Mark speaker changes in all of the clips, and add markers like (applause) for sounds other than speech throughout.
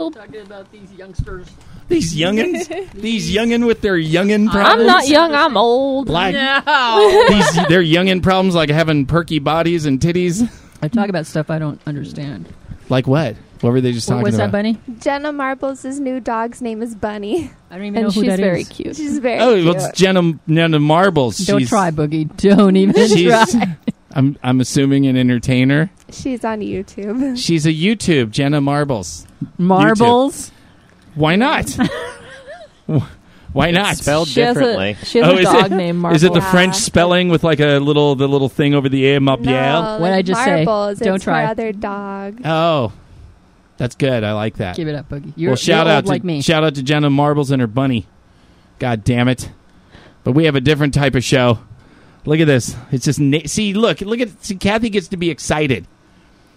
Speaker 1: world?
Speaker 2: Talking about these youngsters.
Speaker 1: These
Speaker 2: (laughs)
Speaker 1: youngins, these youngin with their youngin problems.
Speaker 2: I'm
Speaker 1: I'm
Speaker 2: Well, not
Speaker 3: I'm not
Speaker 2: it's young,
Speaker 3: young.
Speaker 2: the I'm
Speaker 3: I'm
Speaker 2: same.
Speaker 1: (laughs)
Speaker 3: old.
Speaker 1: like
Speaker 2: (laughs)
Speaker 4: No.
Speaker 1: these their youngin problems, like having perky bodies and titties.
Speaker 2: I talk about stuff I don't understand.
Speaker 1: Like what? What were they just talking
Speaker 2: What's that,
Speaker 1: about?
Speaker 2: Bunny?
Speaker 5: Jenna Marbles' new dog's name is Bunny. (laughs)
Speaker 2: I don't even know
Speaker 3: And
Speaker 2: who
Speaker 3: she's
Speaker 2: that
Speaker 3: very
Speaker 2: is.
Speaker 3: cute.
Speaker 5: She's very
Speaker 1: oh, well,
Speaker 5: cute.
Speaker 1: it's Jenna, Jenna Marbles.
Speaker 2: Don't
Speaker 1: she's,
Speaker 2: try, Boogie. (laughs) Don't even
Speaker 1: She's,
Speaker 2: try.
Speaker 1: (laughs) I'm I'm assuming an entertainer.
Speaker 5: She's on YouTube.
Speaker 1: She's a YouTube Jenna Marbles.
Speaker 2: Marbles.
Speaker 1: Why not? (laughs) Why not?
Speaker 6: Spelled
Speaker 3: She has a,
Speaker 6: differently.
Speaker 3: she has
Speaker 1: Oh,
Speaker 3: a
Speaker 1: is
Speaker 3: dog
Speaker 1: it-
Speaker 3: named Marble.
Speaker 1: Is it the
Speaker 5: Marbles.
Speaker 1: French spelling with like a little the little thing over the air? Marble.
Speaker 5: No,
Speaker 2: What'd I just say?
Speaker 5: Marbles.
Speaker 2: Don't
Speaker 5: it's
Speaker 2: try.
Speaker 5: Her other dog.
Speaker 1: Oh, that's good. I like that.
Speaker 2: Give it up, Boogie. You're,
Speaker 1: well, shout
Speaker 2: you're
Speaker 1: out
Speaker 2: old
Speaker 1: to
Speaker 2: like me.
Speaker 1: shout out to Jenna Marbles and her bunny. God damn it! But we have a different type of show. Look at this. It's just na- see. Look, look at see. Kathy gets to be excited.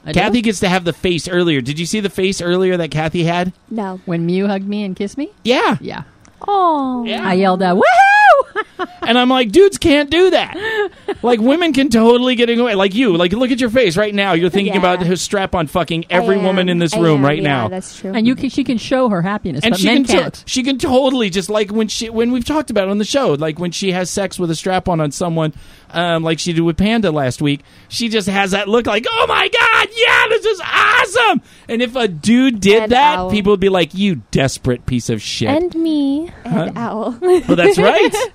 Speaker 2: I do?
Speaker 1: Kathy gets to have the face earlier. Did you see the face earlier that Kathy had?
Speaker 5: No.
Speaker 2: when Mew hugged me and kissed me,
Speaker 1: Yeah.
Speaker 2: yeah,
Speaker 3: Oh.
Speaker 1: Yeah.
Speaker 2: I yelled out, "Woohoo!"
Speaker 1: And I'm like, dudes can't do that. like women can totally get away. Like you. Like look at your face right now. You're thinking
Speaker 5: Yeah.
Speaker 1: about his strap on fucking every
Speaker 5: I am.
Speaker 1: woman in this
Speaker 5: I
Speaker 1: room
Speaker 5: am.
Speaker 1: right
Speaker 5: Yeah,
Speaker 1: now.
Speaker 5: That's true.
Speaker 2: And you, can, she can show her happiness,
Speaker 1: and
Speaker 2: but
Speaker 1: she
Speaker 2: men
Speaker 1: can to-
Speaker 2: can't.
Speaker 1: she can totally just like when she when we've talked about it on the show like when she has sex with a strap on on someone um, like she did with Panda last week she just has that look like oh my god yeah this is awesome and if a dude did
Speaker 5: And
Speaker 1: that
Speaker 5: owl.
Speaker 1: people would be like you desperate piece of shit
Speaker 5: and me (laughs) and
Speaker 2: (laughs)
Speaker 5: Owl.
Speaker 1: well that's right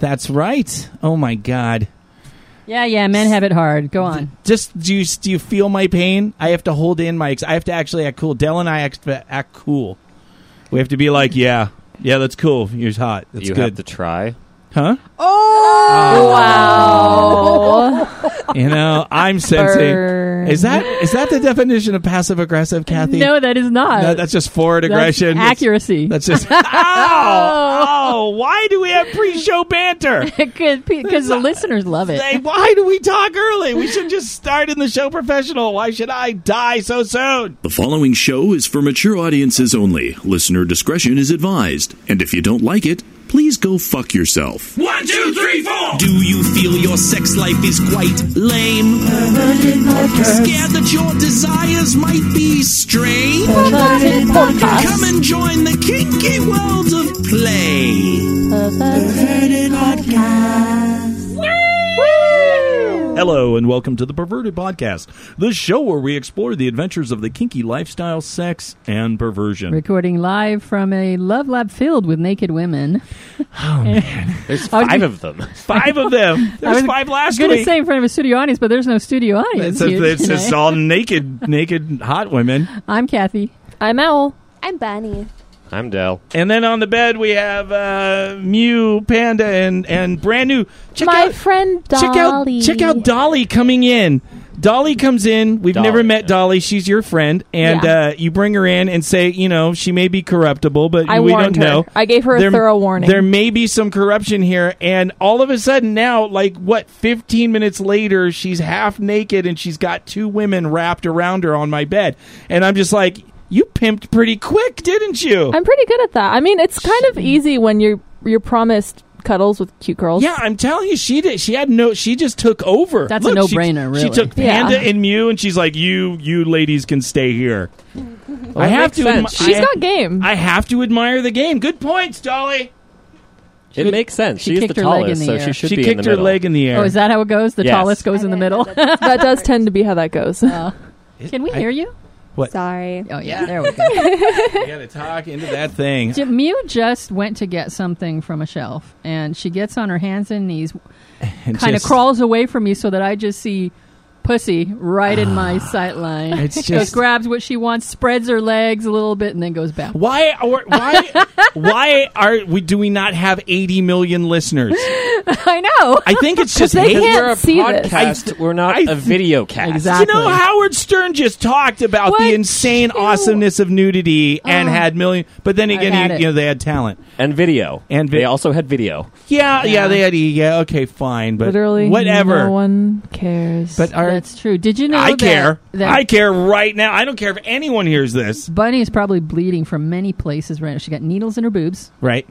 Speaker 1: that's right oh my god
Speaker 2: yeah, yeah, men have it hard. Go on.
Speaker 1: just do you do you feel my pain I have to hold in my ex- I have to actually act cool Dell and I act, act cool we have to be like yeah yeah that's cool you're hot that's
Speaker 6: you
Speaker 1: good
Speaker 6: have to try.
Speaker 1: huh
Speaker 2: Oh.
Speaker 3: Wow.
Speaker 1: You know,
Speaker 2: (laughs)
Speaker 1: I'm sensing.
Speaker 3: Burn.
Speaker 1: Is that is that the definition of passive aggressive, Kathy?
Speaker 2: no, that is not.
Speaker 1: No, that's just forward
Speaker 2: That's Oh.
Speaker 1: aggression. That's-
Speaker 2: accuracy. (laughs)
Speaker 1: That's, just. Ow! Ow! Why do we have pre-show banter?
Speaker 2: because the listeners love it.
Speaker 1: Hey, why do we talk early? We should just start in the show professional. Why should I die so soon?
Speaker 7: The following show is for mature audiences only. Listener discretion is advised. And if you don't like it, please go fuck yourself.
Speaker 8: One, two, three, four.
Speaker 9: Do you feel your sex life is quite lame? Scared that your desires might be strange? Come and join the kinky world of play.
Speaker 1: Hello and welcome to the Perverted Podcast, the show where we explore the adventures of the kinky lifestyle, sex, and perversion.
Speaker 2: Recording live from a love lab filled with
Speaker 1: (laughs)
Speaker 2: naked women.
Speaker 6: There's
Speaker 2: I was
Speaker 6: five
Speaker 2: gonna-
Speaker 6: of them. (laughs)
Speaker 1: Five of them.
Speaker 2: I
Speaker 1: There's
Speaker 2: was
Speaker 1: five last
Speaker 2: Going to
Speaker 1: week.
Speaker 2: say in front of a studio audience, but there's no studio
Speaker 1: It's,
Speaker 2: audience.
Speaker 1: a,
Speaker 2: here
Speaker 1: it's
Speaker 2: tonight.
Speaker 1: just all naked, naked hot women.
Speaker 2: (laughs) I'm Kathy.
Speaker 3: I'm Owl.
Speaker 5: I'm Bunny.
Speaker 6: I'm Dell.
Speaker 1: And then on the bed we have uh, Mew, Panda, and and brand new. Check
Speaker 3: My
Speaker 1: out,
Speaker 3: friend
Speaker 1: check out,
Speaker 3: Dolly.
Speaker 1: check out Dolly coming in. Dolly comes in. We've
Speaker 6: Dolly,
Speaker 1: never met
Speaker 6: yeah.
Speaker 1: Dolly. She's your friend, and
Speaker 3: Yeah.
Speaker 1: uh, you bring her in and say, you know, she may be corruptible, but
Speaker 3: I
Speaker 1: we
Speaker 3: warned
Speaker 1: don't
Speaker 3: her.
Speaker 1: know.
Speaker 3: I gave her a thorough warning.
Speaker 1: There may be some corruption here, and all of a sudden now, like what, fifteen minutes later, she's half naked and she's got two women wrapped around her on my bed, and I'm just like, you pimped pretty quick, didn't you?
Speaker 3: I'm pretty good at that. I mean, it's kind of easy when you're you're promised cuddles with cute girls.
Speaker 1: yeah, I'm telling you, she did. She had no. She just took over.
Speaker 2: That's a
Speaker 1: Look, she-
Speaker 2: no-brainer,
Speaker 1: She
Speaker 2: really.
Speaker 1: took
Speaker 3: Yeah.
Speaker 1: Panda and Mew, and she's like, "You, you ladies can stay here."
Speaker 6: that
Speaker 1: I have
Speaker 6: makes
Speaker 1: to.
Speaker 6: sense.
Speaker 1: admi-
Speaker 3: She's
Speaker 1: I, (laughs)
Speaker 3: got game.
Speaker 1: I have to admire the game. Good points, Dolly.
Speaker 6: It makes sense.
Speaker 2: she
Speaker 6: She's the
Speaker 2: kicked her leg in
Speaker 6: tallest,
Speaker 2: the
Speaker 6: so
Speaker 2: air.
Speaker 6: she should
Speaker 1: she
Speaker 6: be
Speaker 1: kicked
Speaker 6: in the
Speaker 1: her
Speaker 6: middle.
Speaker 1: leg in the air.
Speaker 2: Oh, is that how it goes? The
Speaker 6: Yes.
Speaker 2: tallest goes in the middle.
Speaker 3: that does tend to be how that
Speaker 2: (laughs)
Speaker 3: goes.
Speaker 2: Can we
Speaker 1: I-
Speaker 2: hear you?
Speaker 5: (laughs) Sorry.
Speaker 2: Oh yeah, there we go.
Speaker 1: (laughs) You gotta talk into that thing.
Speaker 2: (laughs) J- (laughs) Mew just went to get something from a shelf, and she gets on her hands and knees,
Speaker 1: And
Speaker 2: kind of
Speaker 1: just-
Speaker 2: crawls away from me so that I just see pussy right in my sight line.
Speaker 1: It's
Speaker 2: Goes
Speaker 1: just-
Speaker 2: grabs what she wants, spreads her legs a little bit, and then goes back.
Speaker 1: Why are why why are we do we not have 80 million listeners?
Speaker 2: I know.
Speaker 1: I think it's just
Speaker 3: they
Speaker 1: hate.
Speaker 3: can't
Speaker 6: We're a
Speaker 3: see this.
Speaker 6: podcast. We're not
Speaker 1: I-
Speaker 6: a video cast.
Speaker 1: You
Speaker 2: Exactly.
Speaker 1: know, Howard Stern just talked about the
Speaker 3: What?
Speaker 1: insane awesomeness of nudity and had million, but then
Speaker 2: had
Speaker 1: again, you,
Speaker 2: it.
Speaker 1: you know, they had talent.
Speaker 6: And video.
Speaker 1: And vi-
Speaker 6: they also had video.
Speaker 1: Yeah, yeah, they had. Yeah, okay, fine, but
Speaker 3: Literally,
Speaker 1: whatever.
Speaker 3: No one cares.
Speaker 1: but our,
Speaker 2: That's true. Did you know?
Speaker 1: I
Speaker 2: that-
Speaker 1: care.
Speaker 2: That
Speaker 1: I care right now. I don't care if anyone hears this.
Speaker 2: Bunny is probably bleeding from many places right now. She got needles in her boobs,
Speaker 1: Right,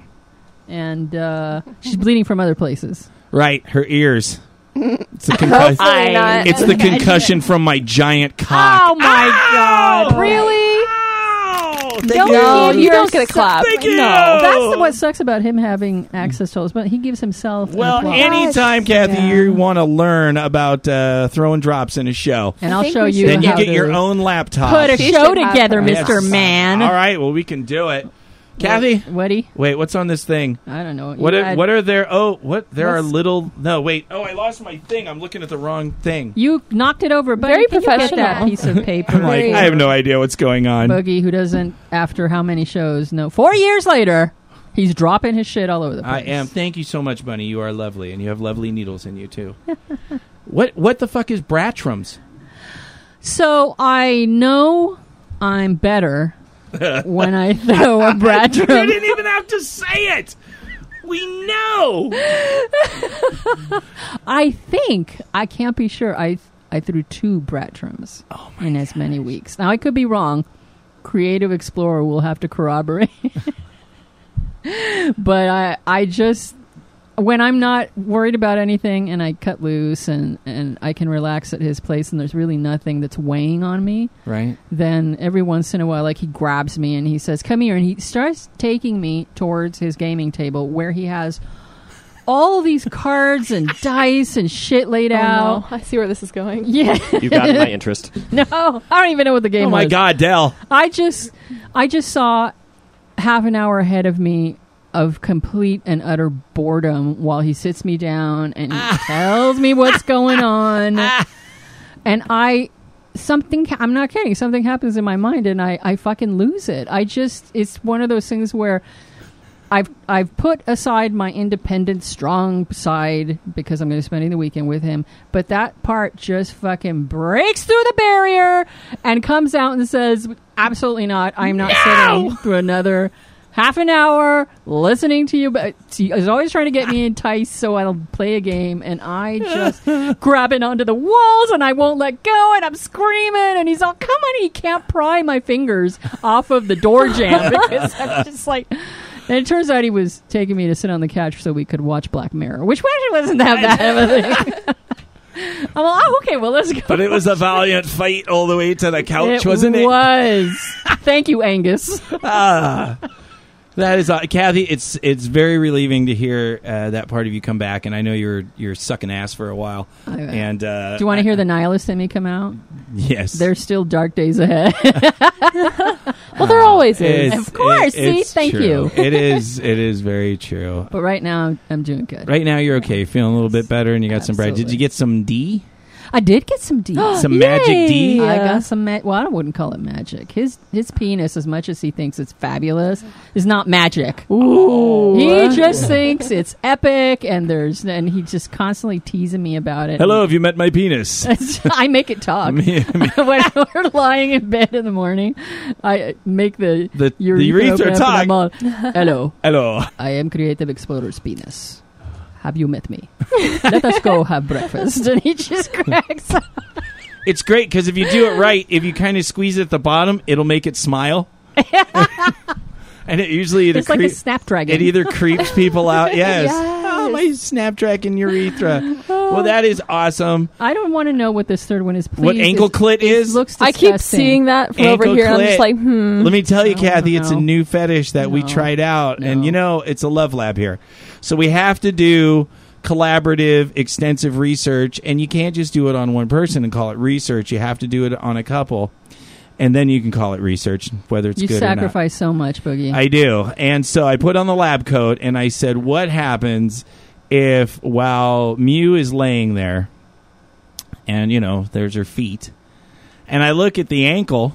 Speaker 2: and uh, she's bleeding from other places.
Speaker 1: right. Her ears. It's a concussion.
Speaker 5: Hopefully not.
Speaker 1: It's the concussion from my giant cock.
Speaker 2: Oh my
Speaker 1: Ow!
Speaker 2: god! Really?
Speaker 1: Ow!
Speaker 5: Don't
Speaker 3: No,
Speaker 5: give
Speaker 3: Oh, you don't
Speaker 5: yourself-
Speaker 3: get a clap.
Speaker 1: oh, Thank you.
Speaker 2: No, that's (laughs) what sucks about him having access to us. But he gives himself an
Speaker 1: Well,
Speaker 2: applause.
Speaker 1: anytime, Kathy,
Speaker 2: Yeah.
Speaker 1: you want to learn about uh, throwing drops in a show,
Speaker 2: and
Speaker 5: I
Speaker 2: I'll
Speaker 5: think
Speaker 2: show
Speaker 5: we
Speaker 2: you.
Speaker 5: should-
Speaker 1: then you
Speaker 2: how
Speaker 1: get
Speaker 2: to
Speaker 1: your own laptop.
Speaker 2: Put a
Speaker 5: She
Speaker 2: show
Speaker 5: should have
Speaker 2: together,
Speaker 5: her.
Speaker 1: Yes.
Speaker 2: Mister Man.
Speaker 1: All right. Well, we can do it. Kathy,
Speaker 2: Wetty.
Speaker 1: wait. What's on this thing?
Speaker 2: I don't know.
Speaker 1: What
Speaker 2: You
Speaker 1: are,
Speaker 2: had-
Speaker 1: what are there? Oh, what there are
Speaker 2: What's-
Speaker 1: little. No, wait. Oh, I lost my thing. I'm looking at the wrong thing.
Speaker 2: You knocked it over, but
Speaker 3: Very
Speaker 2: can you get that
Speaker 5: professional.
Speaker 2: piece of
Speaker 1: (laughs)
Speaker 2: paper?
Speaker 1: I'm like, I have no idea what's going on.
Speaker 2: Boogie, who doesn't, after how many shows? No, four years later, he's dropping his shit all over the place.
Speaker 1: I am. Thank you so much, Bunny. You are lovely, and you have lovely needles in you too. (laughs) what What the fuck is Bratrums?
Speaker 2: So I know
Speaker 1: (laughs)
Speaker 2: I'm better when I throw a
Speaker 1: I
Speaker 2: Bratrum.
Speaker 1: didn't even have to say it. We know.
Speaker 2: I think I can't be sure. I I threw two Bratrums in as many weeks. Now I could be wrong. Creative Explorer will have to corroborate. (laughs) but I I just when I'm not worried about anything and I cut loose and, and I can relax at his place and there's really nothing that's weighing on me,
Speaker 1: Right.
Speaker 2: then every once in a while like he grabs me and he says come here and he starts taking me towards his gaming table where he has all these cards and dice and shit laid
Speaker 3: Oh,
Speaker 2: out
Speaker 3: no. I see where this is going.
Speaker 2: yeah
Speaker 6: You got my interest.
Speaker 2: no i don't even know what the game
Speaker 1: Oh my
Speaker 2: was
Speaker 1: God, Dell.
Speaker 2: i just i just saw half an hour ahead of me of complete and utter boredom while he sits me down and he tells me what's going on and i something i'm not kidding something happens in my mind and i i fucking lose it i just it's one of those things where I've I've put aside my independent strong side because I'm going to be spending the weekend with him, but that part just fucking breaks through the barrier and comes out and says, "Absolutely not! I'm not sitting through another half an hour listening to you." But he's always trying to get me enticed, so I'll play a game, and I just grabbing onto the walls and I won't let go, and I'm screaming, and he's all, "Come on!" He can't pry my fingers off of the door jamb because (laughs) I'm just like. And it turns out he was taking me to sit on the couch so we could watch Black Mirror, which actually wasn't that bad of a thing.
Speaker 1: (laughs)
Speaker 2: I'm like, oh, okay, well, let's go.
Speaker 1: But it was a valiant fight all the way to the couch,
Speaker 2: It
Speaker 1: wasn't it?
Speaker 2: was. Thank you, Angus.
Speaker 1: Ah. That is, uh, Kathy. It's it's very relieving to hear uh, that part of you come back, and I know you're you're sucking ass for a while.
Speaker 2: I bet.
Speaker 1: And uh,
Speaker 2: Do you want to hear the nihilist in me come out?
Speaker 1: (laughs) Yes,
Speaker 2: There's still dark
Speaker 1: (laughs)
Speaker 2: days ahead.
Speaker 3: Well, there always is.
Speaker 1: It's-
Speaker 2: Of course, see?
Speaker 1: it's
Speaker 2: Thank
Speaker 1: true.
Speaker 2: you.
Speaker 1: it is. It is very true.
Speaker 2: but right now, I'm- I'm doing good.
Speaker 1: Right now, you're okay, feeling a little bit better, and you got some bread. Did
Speaker 2: Absolutely.
Speaker 1: you get some
Speaker 2: (gasps)
Speaker 1: D?
Speaker 2: I did get some
Speaker 1: (gasps)
Speaker 2: deep. (gasps)
Speaker 1: Some magic D?
Speaker 2: I
Speaker 3: Yeah.
Speaker 2: got some. Ma- well, I wouldn't call it magic. His his penis, as much as he thinks it's fabulous, is not magic. Ooh, he just thinks it's epic, and there's and he's just constantly teasing me about it. (laughs)
Speaker 1: Hello, have you met my penis?
Speaker 2: I make it talk (laughs) when we're lying in bed in the morning. I make the
Speaker 1: (laughs) The- the
Speaker 2: urethra
Speaker 1: urethra
Speaker 2: open up
Speaker 1: (laughs)
Speaker 2: and
Speaker 1: talk.
Speaker 2: I'm all, Hello,
Speaker 1: Hello.
Speaker 2: I am Creative Explorer's penis. Have you met me? Let us go have breakfast. (laughs) And he just cracks up.
Speaker 1: It's great because if you do it right, if you kind of squeeze it at the bottom, it'll make it
Speaker 2: (laughs)
Speaker 1: smile. and it usually either
Speaker 2: It's like a
Speaker 1: crea-
Speaker 2: snapdragon.
Speaker 1: it either creeps people
Speaker 2: (laughs)
Speaker 1: out. Yes.
Speaker 5: Yes.
Speaker 1: Oh, my Snapdragon urethra. well, that is awesome.
Speaker 2: I don't want to know what this third one is. Please.
Speaker 1: what ankle
Speaker 2: It-
Speaker 1: clit
Speaker 2: it
Speaker 1: is?
Speaker 2: looks.
Speaker 3: I keep
Speaker 2: disgusting.
Speaker 3: seeing that from
Speaker 1: Ankle
Speaker 3: over here. and I'm
Speaker 1: clit.
Speaker 3: just like, hmm.
Speaker 1: Let me tell you,
Speaker 2: Mm-hmm. No,
Speaker 1: Kathy, it's a
Speaker 2: no.
Speaker 1: new fetish that we
Speaker 2: No.
Speaker 1: tried out, and
Speaker 2: No.
Speaker 1: you know, it's a love lab here. So we have to do collaborative, extensive research, and you can't just do it on one person and call it research. You have to do it on a couple, and then you can call it research, whether it's
Speaker 2: You
Speaker 1: good or
Speaker 2: sacrifice so much, Boogie.
Speaker 1: not. I do. And so I put on the lab coat and I said, What happens if while Mew is laying there, and you know, there's her feet, and I look at the ankle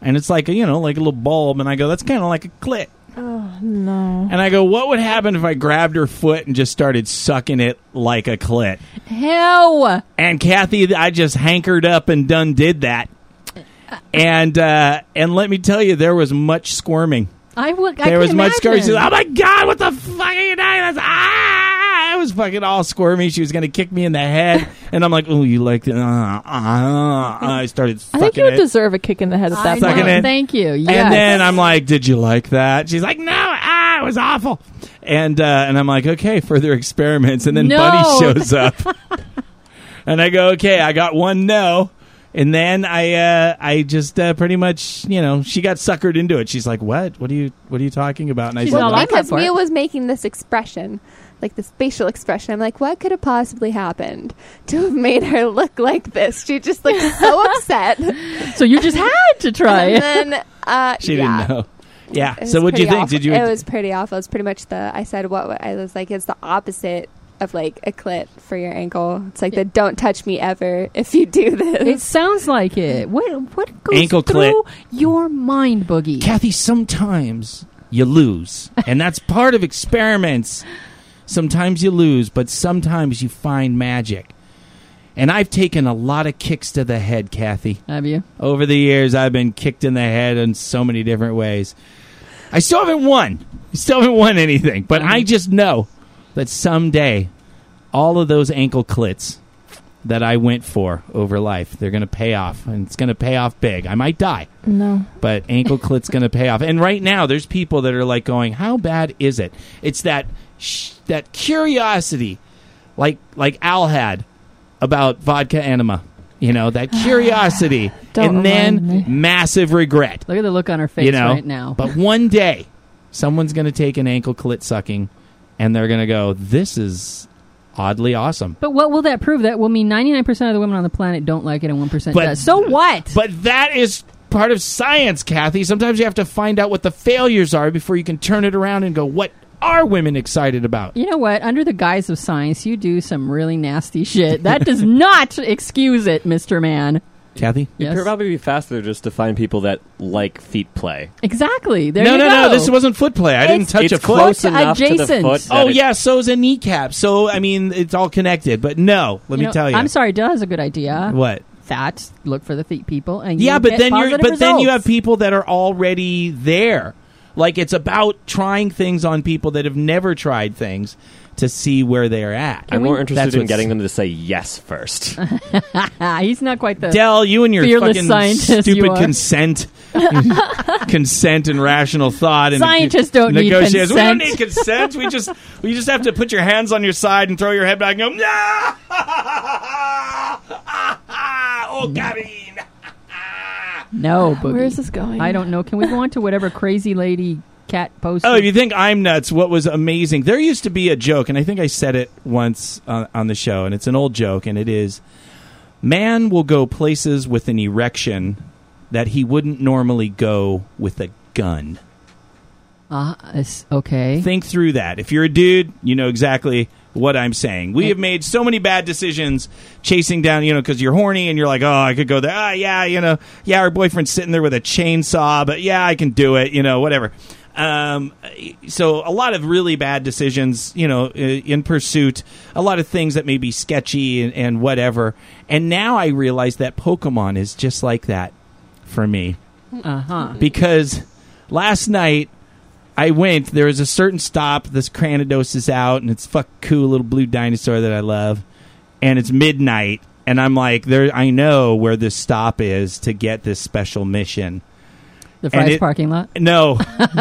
Speaker 1: and it's like a, you know like a little bulb and i go that's kind of like a clit
Speaker 3: No.
Speaker 1: and i go what would happen if i grabbed her foot and just started sucking it like a clit
Speaker 2: Hell,
Speaker 1: and kathy i just hankered up and done did that and uh and let me tell you there was much squirming
Speaker 2: I would. I
Speaker 1: there
Speaker 2: can
Speaker 1: was much squirming she
Speaker 2: imagine.
Speaker 1: was, oh my god what the fuck are you doing That's- ah! i was fucking all squirmy she was gonna kick me in the head and i'm like oh you like that uh, uh, uh. i started
Speaker 3: I
Speaker 1: sucking
Speaker 3: think you would
Speaker 1: it.
Speaker 3: deserve a kick in the head at
Speaker 2: I
Speaker 3: that
Speaker 1: Sucking
Speaker 2: know.
Speaker 1: it.
Speaker 3: point.
Speaker 2: Thank you. Yes.
Speaker 1: And then I'm like, "Did you like that?" She's like, "No, ah, it was awful." And uh, and I'm like, "Okay, further experiments." And then
Speaker 2: No.
Speaker 1: Bunny shows up, and I go, "Okay, I got one no." And then I, uh, I just uh, pretty much, you know, she got suckered into it. She's like, "What? What are you? What are you talking about?" And
Speaker 2: She's
Speaker 1: I said,
Speaker 2: all
Speaker 5: Well,
Speaker 2: like-
Speaker 1: "Well,
Speaker 2: that
Speaker 5: because
Speaker 2: part.
Speaker 5: Mia was making this expression, like this facial expression. I'm like, what could have possibly happened to have made her look like this? She just looked
Speaker 2: (laughs)
Speaker 5: so upset.
Speaker 2: So you just had to try (laughs)
Speaker 5: And
Speaker 2: it.
Speaker 5: then uh,
Speaker 1: (laughs) she
Speaker 5: yeah.
Speaker 1: didn't know." Yeah.
Speaker 5: It
Speaker 1: So
Speaker 5: was
Speaker 1: what do you
Speaker 5: pretty
Speaker 1: think?
Speaker 5: awful.
Speaker 1: Did you?
Speaker 5: It was pretty awful. It's pretty much the I said what what- I was like. It's the opposite of like a clit for your ankle. It's like the don't touch me ever if you do this.
Speaker 2: It sounds like it. What what goes
Speaker 1: Ankle clit.
Speaker 2: through your mind, Boogie?
Speaker 1: Kathy, sometimes you lose, and that's part of experiments. Sometimes you lose, but sometimes you find magic. And I've taken a lot of kicks to the head, Kathy.
Speaker 2: Have you?
Speaker 1: Over the years, I've been kicked in the head in so many different ways. I still haven't won. I still haven't won anything, but I just know that someday all of those ankle clits that I went for over life, they're going to pay off, and it's going to pay off big. I might die
Speaker 3: No.
Speaker 1: but ankle clit's going to pay off. And right now, there's people that are like going, "How bad is it?" It's that sh- that curiosity, like like Al had about vodka enema. You know
Speaker 3: (sighs)
Speaker 1: that curiosity,
Speaker 3: Don't
Speaker 1: and then
Speaker 3: remind
Speaker 1: massive regret.
Speaker 2: Look at the look on her face
Speaker 1: you know,
Speaker 2: right now.
Speaker 1: but one day, someone's going to take an ankle clit sucking, and they're going to go, "This is oddly awesome."
Speaker 2: But what will that prove? That will mean 99% of the women on the planet don't like it and 1%
Speaker 1: But-
Speaker 2: does. So what?
Speaker 1: But that is part of science, Kathy. Sometimes you have to find out what the failures are before you can turn it around and go, what are women excited about?
Speaker 2: you know what? Under the guise of science, you do some really nasty shit.
Speaker 1: (laughs)
Speaker 2: That does not excuse it, Mr. Man.
Speaker 1: Kathy?
Speaker 2: Yes.
Speaker 6: It'd probably be faster just to find people that like feet play.
Speaker 2: Exactly. There
Speaker 1: no,
Speaker 2: you
Speaker 1: no,
Speaker 2: go.
Speaker 1: no. This wasn't foot play. I didn't
Speaker 2: It's-
Speaker 1: touch
Speaker 6: it's
Speaker 1: a foot.
Speaker 6: close
Speaker 2: Foot
Speaker 6: enough to the
Speaker 2: adjacent.
Speaker 6: foot. that
Speaker 1: Oh,
Speaker 6: it-
Speaker 1: yeah. So is a kneecap. So, I mean, it's all connected. But no, let
Speaker 2: You
Speaker 1: me
Speaker 2: know,
Speaker 1: tell you.
Speaker 2: I'm sorry, Dell has a good idea.
Speaker 1: What?
Speaker 2: That look for the feet people, and
Speaker 1: yeah,
Speaker 2: you
Speaker 1: but
Speaker 2: get
Speaker 1: then you're
Speaker 2: positive
Speaker 1: but then you have
Speaker 2: results.
Speaker 1: people that are already there. Like it's about trying things on people that have never tried things to see where they're at.
Speaker 6: I'm more
Speaker 1: That's
Speaker 6: interested in
Speaker 1: what's-
Speaker 6: getting them to say yes
Speaker 2: (laughs)
Speaker 6: first.
Speaker 2: Ah, he's not quite the.
Speaker 1: Dell, you and your
Speaker 2: Fearless
Speaker 1: fucking
Speaker 2: scientist
Speaker 1: stupid
Speaker 2: you are. (laughs)
Speaker 1: consent, (laughs) consent and rational thought. And
Speaker 2: Scientists don't need
Speaker 1: negotiations. We don't
Speaker 2: consent.
Speaker 1: need consent. We just we just have to put your hands on your side and throw your head back and go. (laughs) No! oh, Karine.
Speaker 2: no, Boogie.
Speaker 3: Where is this going?
Speaker 2: I don't know. Can we go on
Speaker 1: (laughs)
Speaker 2: to whatever crazy lady cat posted?
Speaker 1: Oh, if you think I'm nuts, what was amazing? There used to be a joke, and I think I said it once on, on the show, and it's an old joke, and it is man will go places with an erection that he wouldn't normally go with a gun.
Speaker 2: Ah, it's- okay.
Speaker 1: think through that. If you're a dude, you know exactly what I'm saying. We have made so many bad decisions chasing down, you know, because you're horny and you're like, oh, I could go there. Ah, yeah, you know, yeah, our boyfriend's sitting there with a chainsaw, but yeah, I can do it, you know, whatever. Um, so a lot of really bad decisions, you know, i- in pursuit, a lot of things that may be sketchy and, and whatever. And now I realize that Pokemon is just like that for me
Speaker 2: Uh huh.
Speaker 1: because last night I went. There was a certain stop. This Cranidos is out, and it's fuck cool little blue dinosaur that I love. And it's midnight, and I'm like, there. I know where this stop is to get this special mission.
Speaker 2: The Fry's
Speaker 1: it-
Speaker 2: parking lot.
Speaker 1: No, (laughs)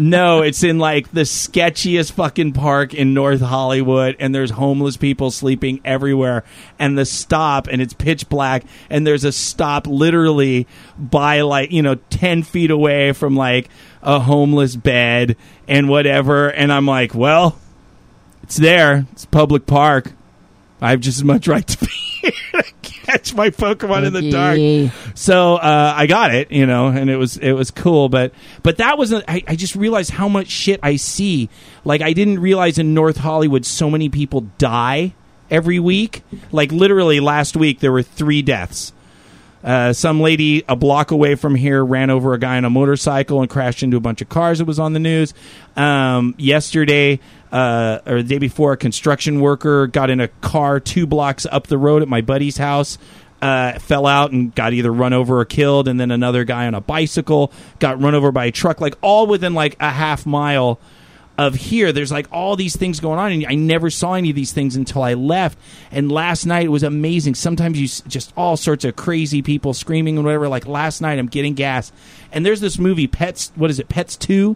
Speaker 1: no, it's in like the sketchiest fucking park in North Hollywood, and there's homeless people sleeping everywhere. And the stop, and it's pitch black, and there's a stop literally by like you know ten feet away from like a homeless bed and whatever. And I'm like, well, it's there. It's a public park. I have just as much right to be (laughs) here to catch my Pokemon in the dark.
Speaker 2: Boogie.
Speaker 1: So uh, I got it, you know, and it was it was cool. But but that was a- I I just realized how much shit I see. Like I didn't realize in North Hollywood so many people die every week. Like literally last week there were three deaths. Uh, some lady a block away from here ran over a guy on a motorcycle and crashed into a bunch of cars. It was on the news um, yesterday uh, or the day before. A construction worker got in a car two blocks up the road at my buddy's house. Uh, fell out and got either run over or killed, and then another guy on a bicycle got run over by a truck. Like all within like a half mile of here there's like all these things going on and i never saw any of these things until i left and last night it was amazing sometimes you s- just all sorts of crazy people screaming and whatever like last night i'm getting gas and there's this movie pets what is it pets 2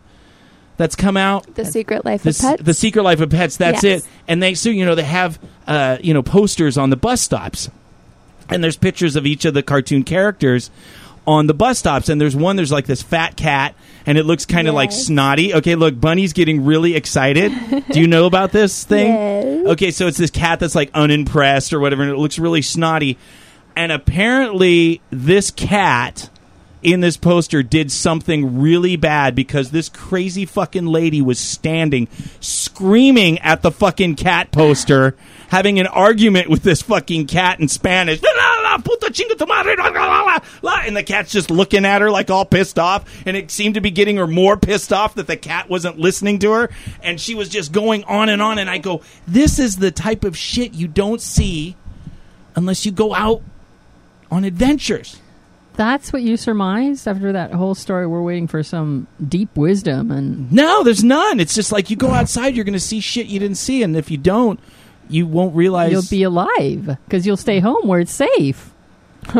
Speaker 1: that's come out
Speaker 5: the secret life
Speaker 1: the,
Speaker 5: of pets.
Speaker 1: S- the secret life of pets that's
Speaker 5: Yes.
Speaker 1: it and they so you know they have uh, you know posters on the bus stops and there's pictures of each of the cartoon characters on the bus stops and there's one there's like this fat cat and it looks kind of like
Speaker 5: Yes.
Speaker 1: snotty okay look bunny's getting
Speaker 5: (laughs)
Speaker 1: really excited do you know about this thing
Speaker 5: Yes.
Speaker 1: okay so it's this cat that's like unimpressed or whatever and it looks really snotty and apparently this cat in this poster did something really bad because this crazy fucking lady was standing screaming at the fucking cat poster having an argument with this fucking cat in spanish "La, la, la, puta chinga tu madre, la, la, la, la, la," and the cat's just looking at her like all pissed off and it seemed to be getting her more pissed off that the cat wasn't listening to her and she was just going on and on and i go this is the type of shit you don't see unless you go out on adventures
Speaker 2: That's what you surmised after that whole story. We're waiting for some deep wisdom, and
Speaker 1: No, there's none. It's just like you go outside, you're going to see shit you didn't see, and if you don't, you won't realize.
Speaker 2: you'll be alive because you'll stay home where it's safe.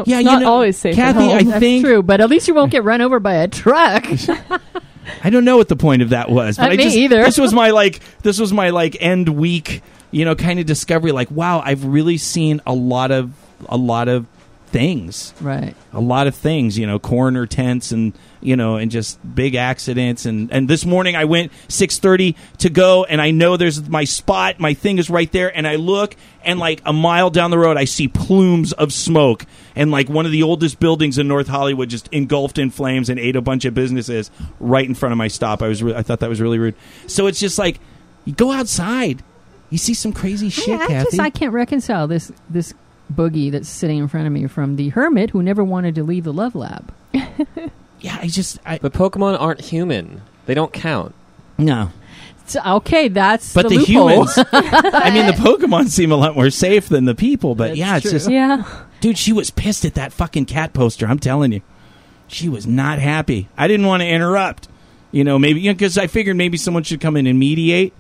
Speaker 1: yeah,
Speaker 3: It's not always safe at
Speaker 1: Kathy,
Speaker 3: home.
Speaker 1: I
Speaker 2: That's
Speaker 1: think
Speaker 2: true, but at least you won't get run over by a truck.
Speaker 1: I don't know what the point of that was, but
Speaker 2: Not
Speaker 1: I
Speaker 2: me
Speaker 1: just
Speaker 2: either.
Speaker 1: this was my like this was my like end week, you know, kind of discovery. Like, wow, I've really seen a lot of a lot of things.
Speaker 2: right.
Speaker 1: a lot of things, you know, coroner tents and you know, and just big accidents. And and this morning I went six thirty to go, and I know there's my spot, my thing is right there, and I look, and like a mile down the road, I see plumes of smoke, and like one of the oldest buildings in North Hollywood just engulfed in flames and ate a bunch of businesses right in front of my stop. I was re- I thought that was really rude. So it's just like you go outside, you see some crazy shit,
Speaker 2: I, I
Speaker 1: Kathy.
Speaker 2: just I can't reconcile this this boogie that's sitting in front of me from the hermit who never wanted to leave the love lab.
Speaker 1: yeah, I just I
Speaker 6: But Pokemon aren't human. They don't count.
Speaker 1: no.
Speaker 2: So, okay, that's
Speaker 1: But the,
Speaker 2: loophole. (laughs)
Speaker 1: humans, I mean, the Pokemon seem a lot more safe than the people. But
Speaker 2: That's
Speaker 1: yeah, it's
Speaker 2: true.
Speaker 1: just,
Speaker 3: Yeah.
Speaker 1: dude, she was pissed at that fucking cat poster. I'm telling you, she was not happy. I didn't want to interrupt. You know, maybe because I figured maybe someone should come in and mediate.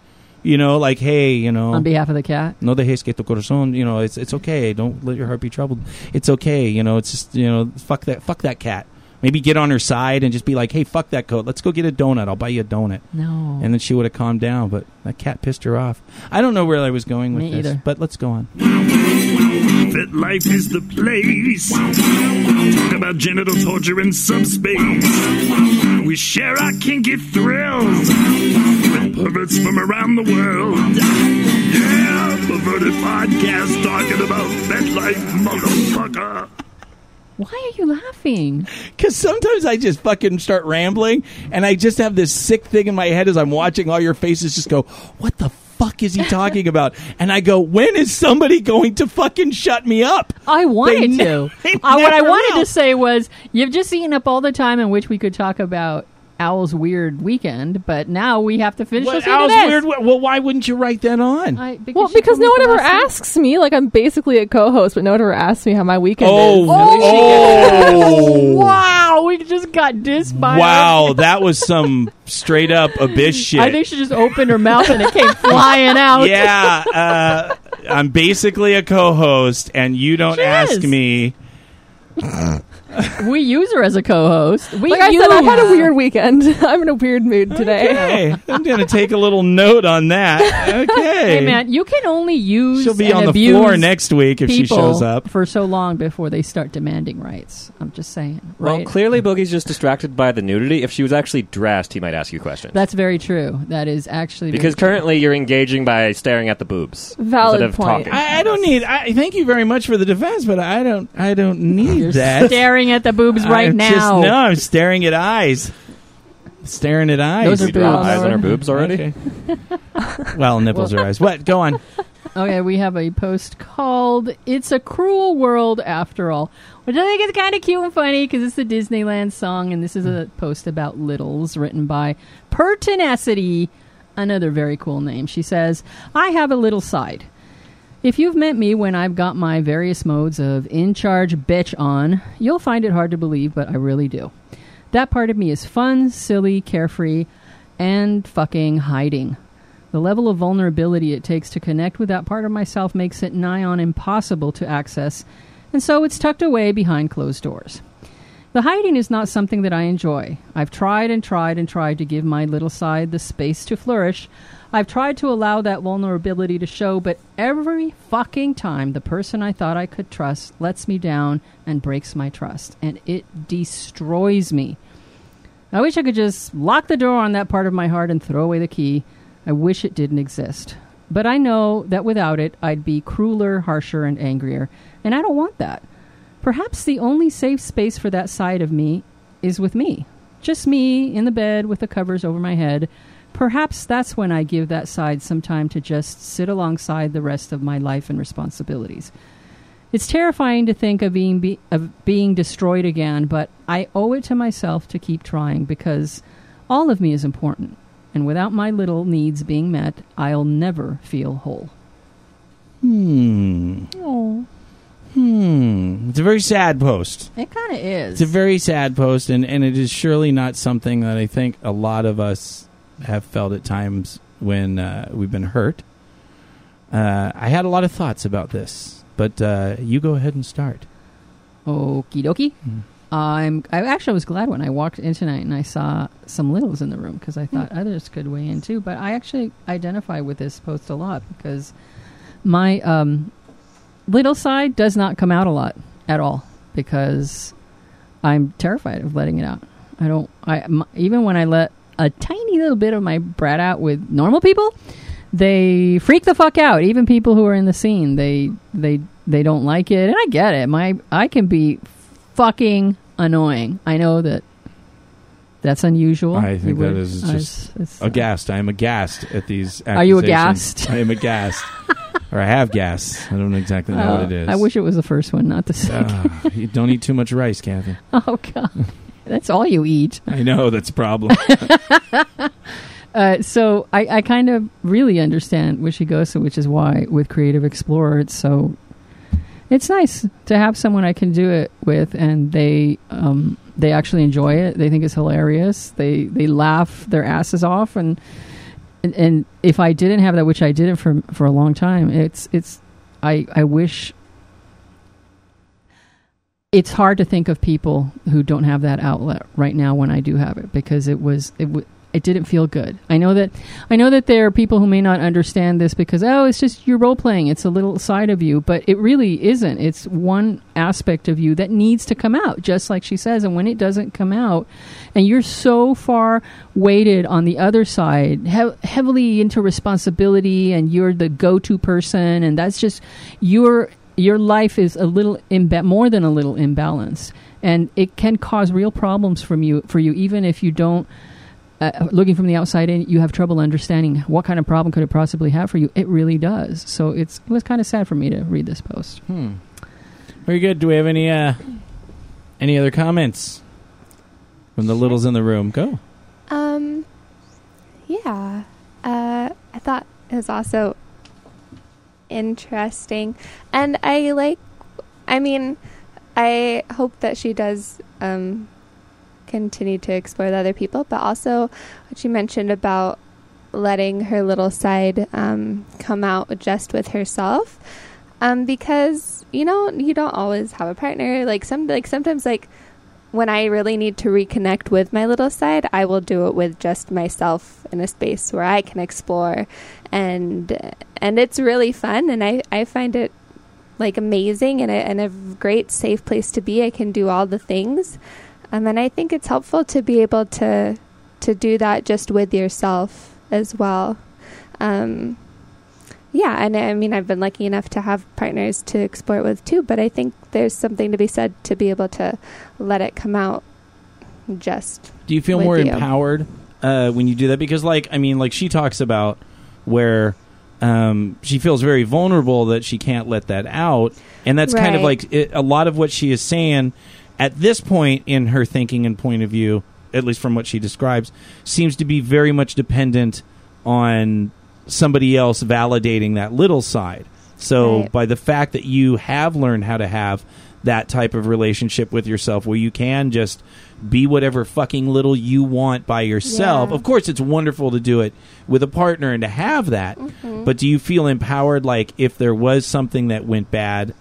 Speaker 1: You know, like, hey, you know,
Speaker 2: on behalf of the cat.
Speaker 1: no dejes que tu corazón, you know, it's it's okay. Don't let your heart be troubled. It's okay, you know. It's just you know, fuck that, fuck that cat. Maybe get on her side and just be like, hey, fuck that coat. Let's go get a donut. I'll buy you a donut
Speaker 2: No,
Speaker 1: and then she would have calmed down. But that cat pissed her off. I don't know where I was going with
Speaker 2: Me
Speaker 1: this,
Speaker 2: either.
Speaker 1: but let's go on. (laughs)
Speaker 4: that life is the place. Talk about genital torture in subspace. We share our kinky thrills with perverts from around the world. Yeah, perverted podcast talking about that life, motherfucker.
Speaker 2: why are you laughing?
Speaker 1: Because sometimes I just fucking start rambling, and I just have this sick thing in my head as I'm watching all your faces just go, "What the fuck is he talking (laughs) about?" And I go, "When is somebody going to fucking shut me up?"
Speaker 2: I wanted
Speaker 1: ne-
Speaker 2: to.
Speaker 1: (laughs) they
Speaker 2: Uh, what I
Speaker 1: never
Speaker 2: wanted
Speaker 1: will.
Speaker 2: to say was, you've just eaten up all the time in which we could talk about Owl's weird weekend, but now we have to finish
Speaker 1: What,
Speaker 2: listening to
Speaker 1: Al's
Speaker 2: this.
Speaker 1: weird. Well, why wouldn't you write that on?
Speaker 2: I, because
Speaker 3: Well,
Speaker 2: she told
Speaker 3: because
Speaker 2: me
Speaker 3: no one
Speaker 2: the
Speaker 3: ever
Speaker 2: last time.
Speaker 3: asks me. Like, I'm basically a co-host, but no one ever asks me how my weekend
Speaker 1: oh, (laughs)
Speaker 3: is.
Speaker 1: oh,
Speaker 2: Wow, we just got dissed by.
Speaker 1: wow, that was some straight up abyss shit.
Speaker 2: Her. I think she just opened her mouth and
Speaker 1: (laughs)
Speaker 2: it came flying out.
Speaker 1: yeah, uh, I'm basically a co-host, and you don't
Speaker 2: She
Speaker 1: ask
Speaker 2: is.
Speaker 1: me.
Speaker 2: We use her as a co-host. We
Speaker 3: Like I
Speaker 2: use.
Speaker 3: said, I've had a weird weekend. I'm in a weird mood today.
Speaker 1: Hey, I'm going to take a little note on
Speaker 2: (laughs)
Speaker 1: that. Okay,
Speaker 2: Hey man, you can only use.
Speaker 1: she'll be
Speaker 2: and
Speaker 1: on the
Speaker 2: abuse
Speaker 1: floor next week if she
Speaker 2: people
Speaker 1: shows up.
Speaker 2: for so long before they start demanding rights. I'm just saying. Right?
Speaker 6: Well, clearly Boogie's just distracted by the nudity. If she was actually dressed, he might ask you questions.
Speaker 2: That's very true. That is actually very
Speaker 6: because currently you're engaging by staring at the boobs
Speaker 3: Valid
Speaker 6: instead of
Speaker 3: point.
Speaker 6: talking.
Speaker 1: I, I don't need. I thank you very much for the defense, but I don't. I don't need (laughs)
Speaker 2: You're
Speaker 1: that.
Speaker 2: staring at the boobs
Speaker 1: (laughs)
Speaker 2: right
Speaker 1: I'm
Speaker 2: now.
Speaker 1: Just, no, I'm staring at eyes. Staring at eyes.
Speaker 2: Those
Speaker 6: Did
Speaker 2: are
Speaker 6: we draw
Speaker 2: boobs.
Speaker 6: eyes on our boobs already?
Speaker 1: Okay. well, nipples are eyes. What? Go on.
Speaker 2: Okay, Oh, we have a post called "It's a Cruel World After All," which I think is kind of cute and funny because it's the Disneyland song, and this is a post about littles written by Pertinacity, another very cool name. She says, "I have a little side." If you've met me when I've got my various modes of in charge bitch on, you'll find it hard to believe, but I really do. That part of me is fun, silly, carefree, and fucking hiding. The level of vulnerability it takes to connect with that part of myself makes it nigh on impossible to access, and so it's tucked away behind closed doors. The hiding is not something that I enjoy. I've tried and tried and tried to give my little side the space to flourish. I've tried to allow that vulnerability to show, but every fucking time the person I thought I could trust lets me down and breaks my trust, and it destroys me. I wish I could just lock the door on that part of my heart and throw away the key. I wish it didn't exist. But I know that without it, I'd be crueler, harsher, and angrier, and I don't want that. Perhaps the only safe space for that side of me is with me. Just me in the bed with the covers over my head. Perhaps that's when I give that side some time to just sit alongside the rest of my life and responsibilities. It's terrifying to think of being be, of being destroyed again, but I owe it to myself to keep trying because all of me is important, and without my little needs being met, I'll never feel whole.
Speaker 1: Hmm.
Speaker 2: Oh,
Speaker 1: Hmm. It's a very sad post.
Speaker 2: it kind of
Speaker 1: It's
Speaker 2: is.
Speaker 1: a very sad post, and, and it is surely not something that I think a lot of us have felt at times when uh, we've been hurt. Uh, I had a lot of thoughts about this, but uh, you go ahead and start.
Speaker 2: Okie dokie.
Speaker 1: Mm.
Speaker 2: I'm. I actually was glad when I walked in tonight and I saw some littles in the room because I thought others could weigh in too. But I actually identify with this post a lot because my um, little side does not come out a lot at all because I'm terrified of letting it out. I don't. I m- even when I let a tiny little bit of my brat out with normal people, they freak the fuck out. Even people who are in the scene, they they they don't like it, and I get it. My I can be fucking annoying. I know that that's unusual.
Speaker 1: I think
Speaker 2: You
Speaker 1: that
Speaker 2: would-
Speaker 1: is
Speaker 2: I-
Speaker 1: just
Speaker 2: it's-
Speaker 1: Aghast. I am aghast at these.
Speaker 2: Are you
Speaker 1: accusations.
Speaker 2: aghast?
Speaker 1: I am
Speaker 2: (laughs)
Speaker 1: aghast, or I have gas. I don't exactly know
Speaker 2: uh,
Speaker 1: what it is.
Speaker 2: I wish it was the first one, not the second.
Speaker 1: Ah, you don't eat too much rice, Kathy.
Speaker 2: (laughs) oh god, that's all you eat.
Speaker 1: I know that's a problem.
Speaker 2: Uh, so I, I kind of really understand Wishigosa, which is why with Creative Explorer, it's so it's nice to have someone I can do it with, and they um, they actually enjoy it. They think it's hilarious. They they laugh their asses off, and and, and if I didn't have that, which I didn't for for a long time, it's it's I I wish. It's hard to think of people who don't have that outlet right now when I do have it because it was it w- it didn't feel good. I know that I know that there are people who may not understand this because oh, it's just you're role playing. It's a little side of you, but it really isn't. It's one aspect of you that needs to come out, just like she says. And when it doesn't come out, and you're so far weighted on the other side, he- heavily into responsibility, and you're the go-to person, and that's just your your life is a little imba- more than a little imbalanced, and it can cause real problems from you for you, even if you don't uh, looking from the outside in, you have trouble understanding what kind of problem could it possibly have for you. It really does. So it's it was kind of sad for me to read this post.
Speaker 1: Hmm. Very good. Do we have any uh, any other comments from the littles in the room? Go.
Speaker 5: Um, yeah. Uh, I thought it was also interesting, and I like. I mean, I hope that she does um, continue to explore with other people, but also what she mentioned about letting her little side um, come out just with herself, um, because you know you don't always have a partner. Like some, like sometimes, like when I really need to reconnect with my little side, I will do it with just myself in a space where I can explore and and it's really fun and I, I find it like amazing and a, and a great safe place to be. I can do all the things. Um, and I think it's helpful to be able to to do that just with yourself as well. Um, yeah, and I mean, I've been lucky enough to have partners to explore it with too, but I think there's something to be said to be able to let it come out just.
Speaker 1: Do you feel
Speaker 5: With
Speaker 1: more
Speaker 5: you.
Speaker 1: empowered uh, when you do that? Because, like, I mean, like she talks about where um, she feels very vulnerable that she can't let that out, and that's kind of
Speaker 5: Right.
Speaker 1: like it, a lot of what she is saying at this point in her thinking and point of view, at least from what she describes, seems to be very much dependent on somebody else validating that little side. So
Speaker 5: Right.
Speaker 1: by the fact that you have learned how to have that type of relationship with yourself where you can just be whatever fucking little you want by yourself.
Speaker 5: Yeah.
Speaker 1: Of course it's wonderful to do it with a partner and to have that. But do you feel empowered like if there was something that went bad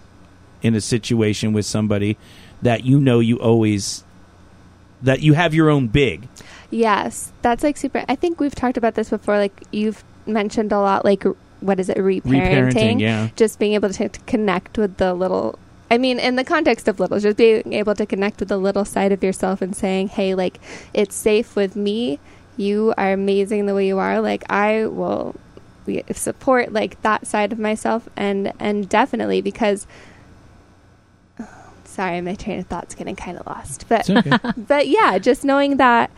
Speaker 1: in a situation with somebody that you know you always
Speaker 8: that you have your own big.
Speaker 5: Yes, that's like super. I think we've talked about this before. Like you've mentioned a lot. Like r- what is it? Reparenting.
Speaker 1: Reparenting, yeah.
Speaker 5: Just being able to, to connect with the little. I mean, in the context of little, just being able to connect with the little side of yourself and saying, "Hey, like it's safe with me. You are amazing the way you are. Like I will y- support like that side of myself and and definitely because." (sighs) Sorry, my train of thought's getting kind of lost, but
Speaker 1: It's okay.
Speaker 5: (laughs) but yeah, just knowing that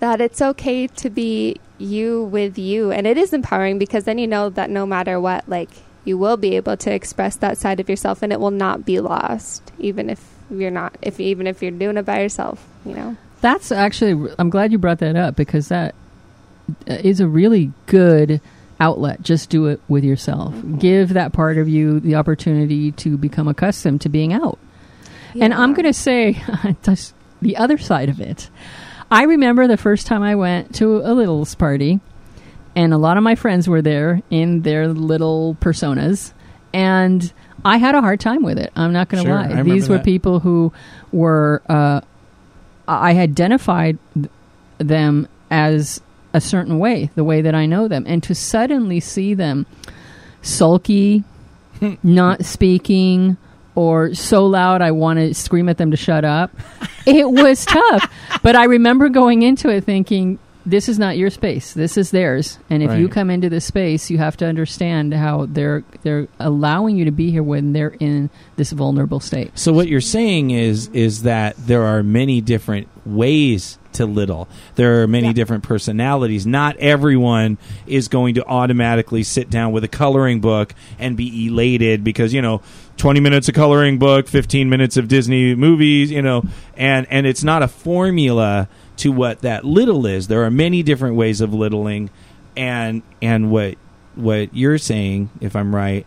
Speaker 5: that it's okay to be you with you and it is empowering because then you know that no matter what like you will be able to express that side of yourself and it will not be lost even if you're not if even if you're doing it by yourself, you know.
Speaker 2: That's actually, I'm glad you brought that up because that uh, is a really good outlet. Just do it with yourself. Give that part of you the opportunity to become accustomed to being out. And I'm going to say (laughs) just the other side of it. I remember the first time I went to a littles party, and a lot of my friends were there in their little personas, and I had a hard time with it. I'm not going to
Speaker 1: Sure, I
Speaker 2: lie.
Speaker 1: remember
Speaker 2: These were
Speaker 1: that.
Speaker 2: people who were uh, I identified th- them as a certain way, the way that I know them, and to suddenly see them sulky, not speaking or so loud I want to scream at them to shut up. It was tough, but I remember going into it thinking this is not your space. This is theirs. And if you
Speaker 1: Right.
Speaker 2: come into this space, you have to understand how they're they're allowing you to be here when they're in this vulnerable state.
Speaker 1: So what you're saying is is that there are many different ways to little. There are many different personalities. Not everyone is going to automatically sit down with a coloring book and be elated because, you know, 20 minutes of coloring book, 15 minutes of Disney movies, you know, and and it's not a formula to what that little is. There are many different ways of littling and and what what you're saying, if I'm right,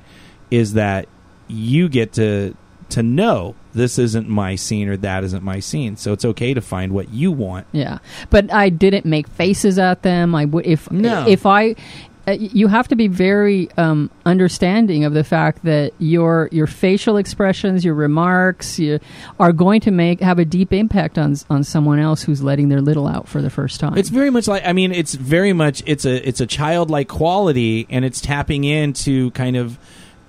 Speaker 1: is that you get to to know this isn't my scene or that isn't my scene. So it's okay to find what you want.
Speaker 2: Yeah, but I didn't make faces at them. I would if
Speaker 1: No.
Speaker 2: if I. uh, You have to be very um, understanding of the fact that your your facial expressions, your remarks, you are going to make have a deep impact on s- on someone else who's letting their little out for the first time.
Speaker 1: It's very much like I mean, it's very much it's a it's a childlike quality and it's tapping into kind of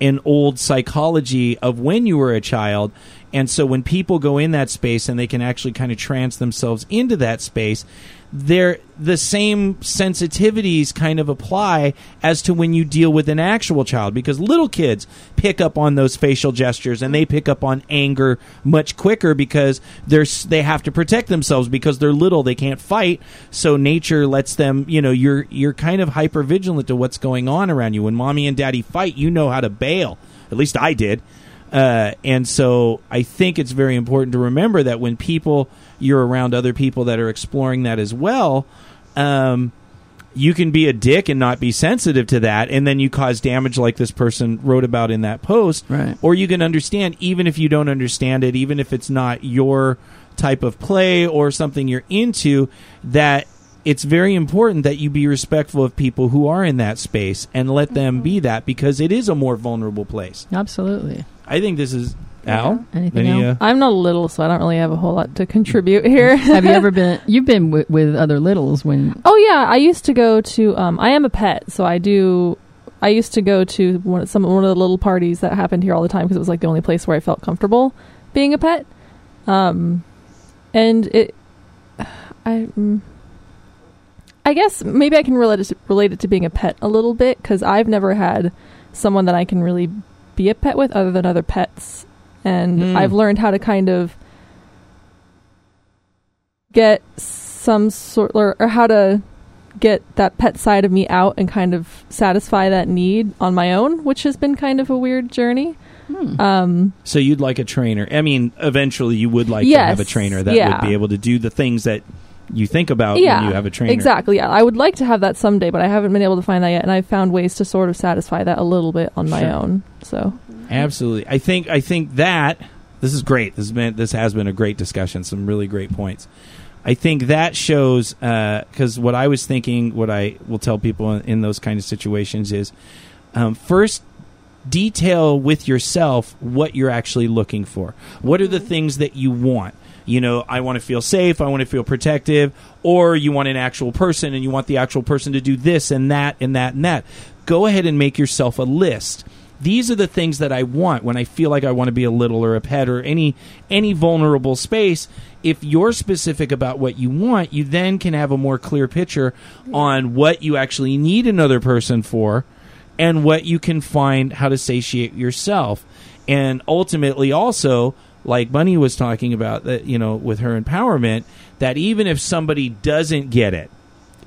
Speaker 1: an old psychology of when you were a child. And so when people go in that space and they can actually kind of trance themselves into that space, they're the same sensitivities kind of apply as to when you deal with an actual child because little kids pick up on those facial gestures and they pick up on anger much quicker because they're s- they have to protect themselves because they're little they can't fight so nature lets them you know you're you're kind of hyper vigilant to what's going on around you when mommy and daddy fight you know how to bail at least I did uh, and so I think it's very important to remember that when people you're around other people that are exploring that as well, um, you can be a dick and not be sensitive to that, and then you cause damage like this person wrote about in that post.
Speaker 2: Right.
Speaker 1: Or you can understand, even if you don't understand it, even if it's not your type of play or something you're into, that it's very important that you be respectful of people who are in that space and let them
Speaker 3: Mm-hmm.
Speaker 1: be that because it is a more vulnerable place.
Speaker 2: Absolutely.
Speaker 1: I think this is Al.
Speaker 2: Anything
Speaker 1: Any,
Speaker 2: else?
Speaker 1: uh,
Speaker 3: I'm not little, so I don't really have a whole lot to contribute here. (laughs)
Speaker 2: Have (laughs) you ever been? You've been wi with other littles when
Speaker 3: Oh yeah, I used to go to. Um, I am a pet, so I do. I used to go to one, some one of the little parties that happened here all the time because it was like the only place where I felt comfortable being a pet. Um, and it, I, mm, I guess maybe I can relate it to, relate it to being a pet a little bit because I've never had someone that I can really be a pet with other than other pets, and
Speaker 1: Mm.
Speaker 3: I've learned how to kind of get some sort or, or how to get that pet side of me out and kind of satisfy that need on my own, which has been kind of a weird journey.
Speaker 2: Hmm.
Speaker 3: Um,
Speaker 1: So you'd like a trainer. I mean, eventually you would like to
Speaker 3: Yes,
Speaker 1: have a trainer that
Speaker 3: yeah.
Speaker 1: would be able to do the things that you think about
Speaker 3: yeah,
Speaker 1: when you have a trainer.
Speaker 3: Exactly. Yeah, I would like to have that someday, but I haven't been able to find that yet, and I've found ways to sort of satisfy that a little bit on my
Speaker 1: Sure.
Speaker 3: own. So
Speaker 1: Absolutely. I think I think that this is great. This has been this has been a great discussion. Some really great points. I think that shows because what I was thinking, what I will tell people in, in those kind of situations is um, first detail with yourself what you're actually looking for. What are the things that you want? you know, I want to feel safe, I want to feel protective, or you want an actual person and you want the actual person to do this and that and that and that. Go ahead and make yourself a list. These are the things that I want when I feel like I want to be a little or a pet or any any vulnerable space. If you're specific about what you want, you then can have a more clear picture on what you actually need another person for and what you can find how to satiate yourself and ultimately also like bunny was talking about that you know with her empowerment that even if somebody doesn't get it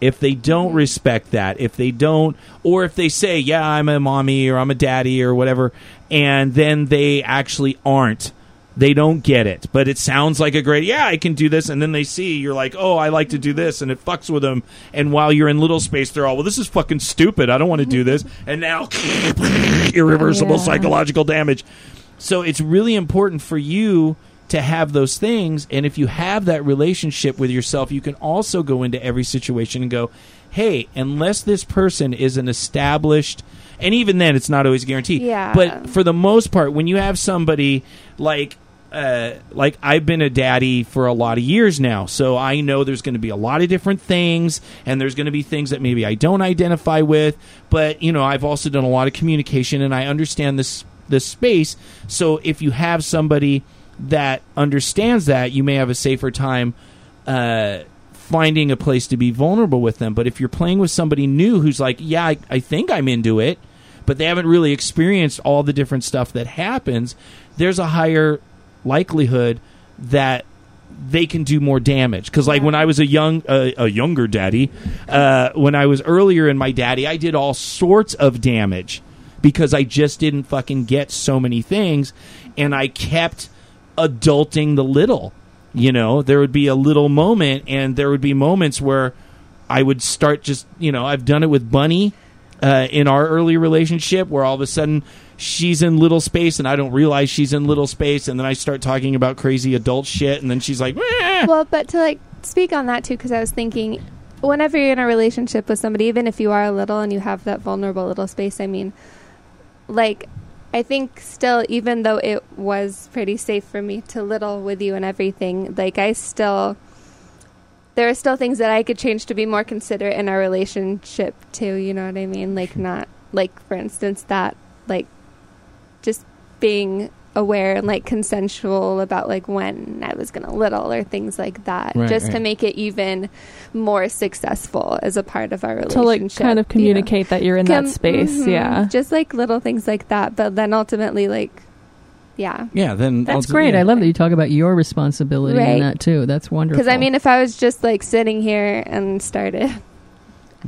Speaker 1: if they don't respect that if they don't or if they say yeah i'm a mommy or i'm a daddy or whatever and then they actually aren't they don't get it but it sounds like a great yeah i can do this and then they see you're like oh i like to do this and it fucks with them and while you're in little space they're all well this is fucking stupid i don't want to do this and now (laughs) irreversible
Speaker 2: Yeah.
Speaker 1: psychological damage so it's really important for you to have those things. And if you have that relationship with yourself, you can also go into every situation and go, hey, unless this person is an established, and even then, it's not always guaranteed.
Speaker 5: Yeah.
Speaker 1: But for the most part, when you have somebody like, uh, like I've been a daddy for a lot of years now, so I know there's going to be a lot of different things, and there's going to be things that maybe I don't identify with. But you know, I've also done a lot of communication, and I understand this this space. So if you have somebody that understands that, you may have a safer time uh, finding a place to be vulnerable with them. But if you're playing with somebody new who's like, yeah, I, I think I'm into it, but they haven't really experienced all the different stuff that happens, there's a higher likelihood that they can do more damage because like when i was a young uh, a younger daddy uh, when i was earlier in my daddy i did all sorts of damage because i just didn't fucking get so many things and i kept adulting the little you know there would be a little moment and there would be moments where i would start just you know i've done it with bunny uh, in our early relationship where all of a sudden she's in little space and i don't realize she's in little space and then i start talking about crazy adult shit and then she's like "Meh."
Speaker 5: well, but to like speak on that too, because I was thinking, whenever you're in a relationship with somebody, even if you are little and you have that vulnerable little space, I mean, like, I think still, even though it was pretty safe for me to little with you and everything, like, I still, there are still things that I could change to be more considerate in our relationship too. You know what I mean? Like, not like for instance that like just being aware and like consensual about like when I was gonna little or things like that,
Speaker 1: Right,
Speaker 5: just to
Speaker 1: right.
Speaker 5: make it even more successful as a part of our relationship.
Speaker 3: to like kind
Speaker 5: you know?
Speaker 3: of communicate that you're in
Speaker 5: Com-
Speaker 3: that space.
Speaker 5: mhm. (laughs)
Speaker 3: Yeah.
Speaker 5: just like little things like that, but then ultimately like, yeah,
Speaker 1: yeah then
Speaker 2: That's
Speaker 1: I'll-
Speaker 2: great.
Speaker 1: yeah.
Speaker 2: I love that you talk about your responsibility
Speaker 5: Right.
Speaker 2: in that too. That's wonderful.
Speaker 5: because I mean, if I was just like sitting here and started. (laughs)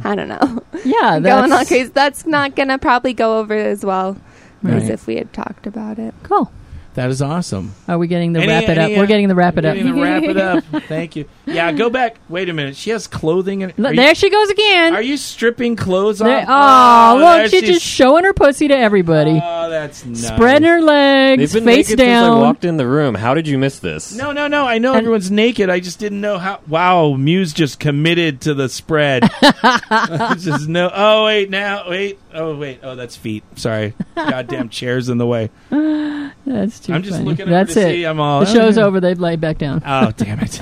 Speaker 5: I don't know.
Speaker 1: Uh,
Speaker 2: yeah, that's
Speaker 5: Going all crazy. That's not going to probably go over as well as
Speaker 1: Right.
Speaker 5: if we had talked about it.
Speaker 2: Cool.
Speaker 1: that is awesome
Speaker 2: Are we getting the
Speaker 1: Any-
Speaker 2: wrap it
Speaker 1: any,
Speaker 2: up? We're
Speaker 1: uh,
Speaker 2: getting the wrap it up.
Speaker 1: We're gonna wrap it up
Speaker 2: (laughs)
Speaker 1: thank you yeah go back wait a minute she has clothing in
Speaker 2: Look,
Speaker 1: are
Speaker 2: there
Speaker 1: you,
Speaker 2: she goes again.
Speaker 1: are you stripping clothes off
Speaker 2: There- oh,
Speaker 1: there
Speaker 2: look, she's
Speaker 1: she's-
Speaker 2: just showing her pussy to everybody,
Speaker 1: oh that's nice.
Speaker 2: spreading her legs,
Speaker 6: They've been
Speaker 2: face
Speaker 6: naked since I
Speaker 2: down.
Speaker 6: walked in the room. How did you miss this?
Speaker 1: No, no, no. I know everyone's naked. I just didn't know how. Wow, Muse just committed to the
Speaker 2: (laughs)
Speaker 1: spread. It's just no. Oh wait, now wait. Oh wait. Oh, that's feet. Sorry. Goddamn chairs in the way.
Speaker 2: That's too
Speaker 1: I'm just
Speaker 2: funny.
Speaker 1: looking over
Speaker 2: That's
Speaker 1: to
Speaker 2: it.
Speaker 1: see. I'm all.
Speaker 2: the
Speaker 1: oh,
Speaker 2: show's
Speaker 1: yeah.
Speaker 2: over. They've laid back down.
Speaker 1: Oh damn
Speaker 2: (laughs)
Speaker 1: it.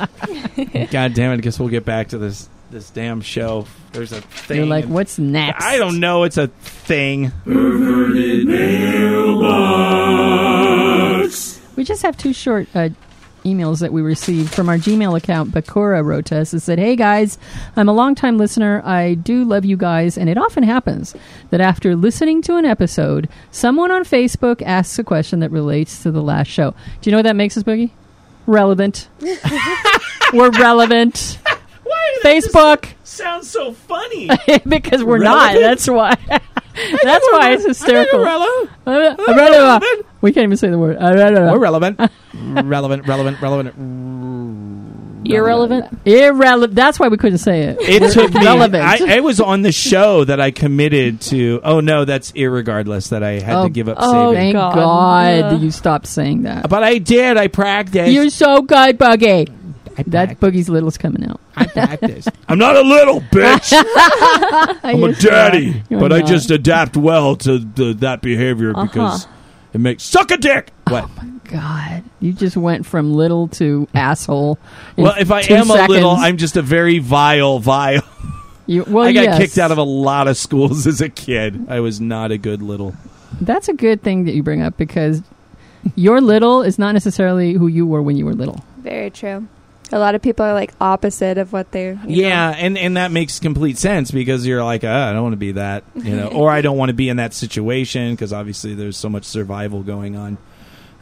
Speaker 1: God damn it. I guess we'll get back to this this damn show. There's a thing.
Speaker 2: You're like,
Speaker 1: and-
Speaker 2: what's next?
Speaker 1: I don't know. It's a thing.
Speaker 2: We just have two short uh, emails that we received from our Gmail account. Bakura wrote to us and said, Hey guys, I'm a longtime listener. I do love you guys, and it often happens that after listening to an episode, someone on Facebook asks a question that relates to the last show. Do you know what that makes us, Boogie?
Speaker 1: (laughs)
Speaker 2: Relevant. (laughs) we're relevant.
Speaker 1: Why does this
Speaker 2: Facebook,
Speaker 1: sound so funny?
Speaker 2: (laughs) because we're not.
Speaker 1: Relevant?
Speaker 2: That's why. (laughs) That's why it's hysterical.
Speaker 1: (laughs) Relevant.
Speaker 2: Uh. Relevant. We can't even say the word.
Speaker 1: We're relevant. relevant. Relevant. Relevant.
Speaker 3: Irrelevant.
Speaker 2: Irrelevant. That's why we couldn't say it.
Speaker 1: It took me.
Speaker 2: relevant.
Speaker 1: I, I was on the show that I committed to. Oh no, that's irregardless that I had
Speaker 2: Oh,
Speaker 1: to give up
Speaker 3: oh,
Speaker 1: saving.
Speaker 2: Thank God,
Speaker 3: God.
Speaker 2: that
Speaker 3: Ugh.
Speaker 2: you stopped saying that.
Speaker 1: But I did. I practiced.
Speaker 2: You're so good, Boogie.
Speaker 1: I, prac-
Speaker 2: That Boogie's little's coming out. (laughs)
Speaker 1: I practiced. I'm not a little bitch. I'm a
Speaker 2: You're so-
Speaker 1: daddy,
Speaker 2: you're
Speaker 1: but I
Speaker 2: not. Uh-huh. Oh,
Speaker 1: just adapt well to the, that behavior because it makes suck a dick. What?
Speaker 2: God, you just went from little to asshole. in
Speaker 1: Well, if I
Speaker 2: two
Speaker 1: am a little,
Speaker 2: seconds.
Speaker 1: I'm just a very vile, vile.
Speaker 2: You, well,
Speaker 1: I got
Speaker 2: yes.
Speaker 1: kicked out of a lot of schools as a kid. I was not a good little.
Speaker 2: That's a good thing that you bring up because your little is not necessarily who you were when you were little.
Speaker 5: Very true. A lot of people are like opposite of what they're. you
Speaker 1: Yeah, and and that makes complete sense because you're like, ah, I don't want to be that, you know, or I don't want to be in that situation because obviously there's so much survival going on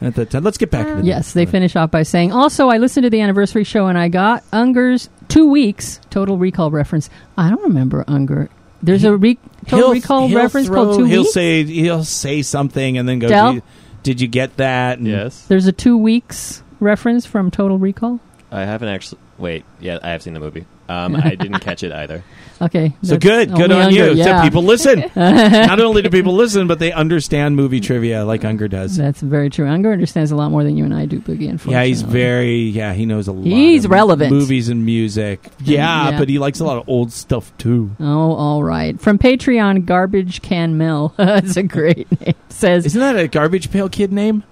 Speaker 1: at that time. Let's get back. to
Speaker 2: Yes, they finish off by saying, "Also, I listened to the anniversary show and I got Unger's two weeks Total Recall reference. I don't remember Unger. There's a re- Total Recall reference called two
Speaker 1: He'll
Speaker 2: weeks.
Speaker 1: say he'll say something and then go.
Speaker 2: Del?
Speaker 1: Did you, did you get that? And
Speaker 6: Yes.
Speaker 2: There's a two weeks reference from Total Recall.
Speaker 6: I haven't actually. Wait, yeah, I have seen the movie.
Speaker 2: (laughs)
Speaker 6: Um, I didn't catch it either.
Speaker 2: Okay,
Speaker 1: So
Speaker 2: that's
Speaker 1: good, good
Speaker 2: only
Speaker 1: on
Speaker 2: Unger,
Speaker 1: you. So
Speaker 2: yeah.
Speaker 1: people
Speaker 2: (laughs)
Speaker 1: listen. Not only do people listen, but they understand movie trivia like Unger does.
Speaker 2: That's very true. Unger understands a lot more than you and I do, Boogie. Unfortunately,
Speaker 1: Yeah, he's very. Yeah, he knows a lot.
Speaker 2: He's
Speaker 1: of
Speaker 2: relevant.
Speaker 1: Movies and music. Yeah,
Speaker 2: yeah.
Speaker 1: but he likes a lot of old stuff too.
Speaker 2: Oh, all right. From Patreon, Garbage Can Mill. (laughs) That's a great name. Says,
Speaker 1: Isn't that a garbage pail kid name?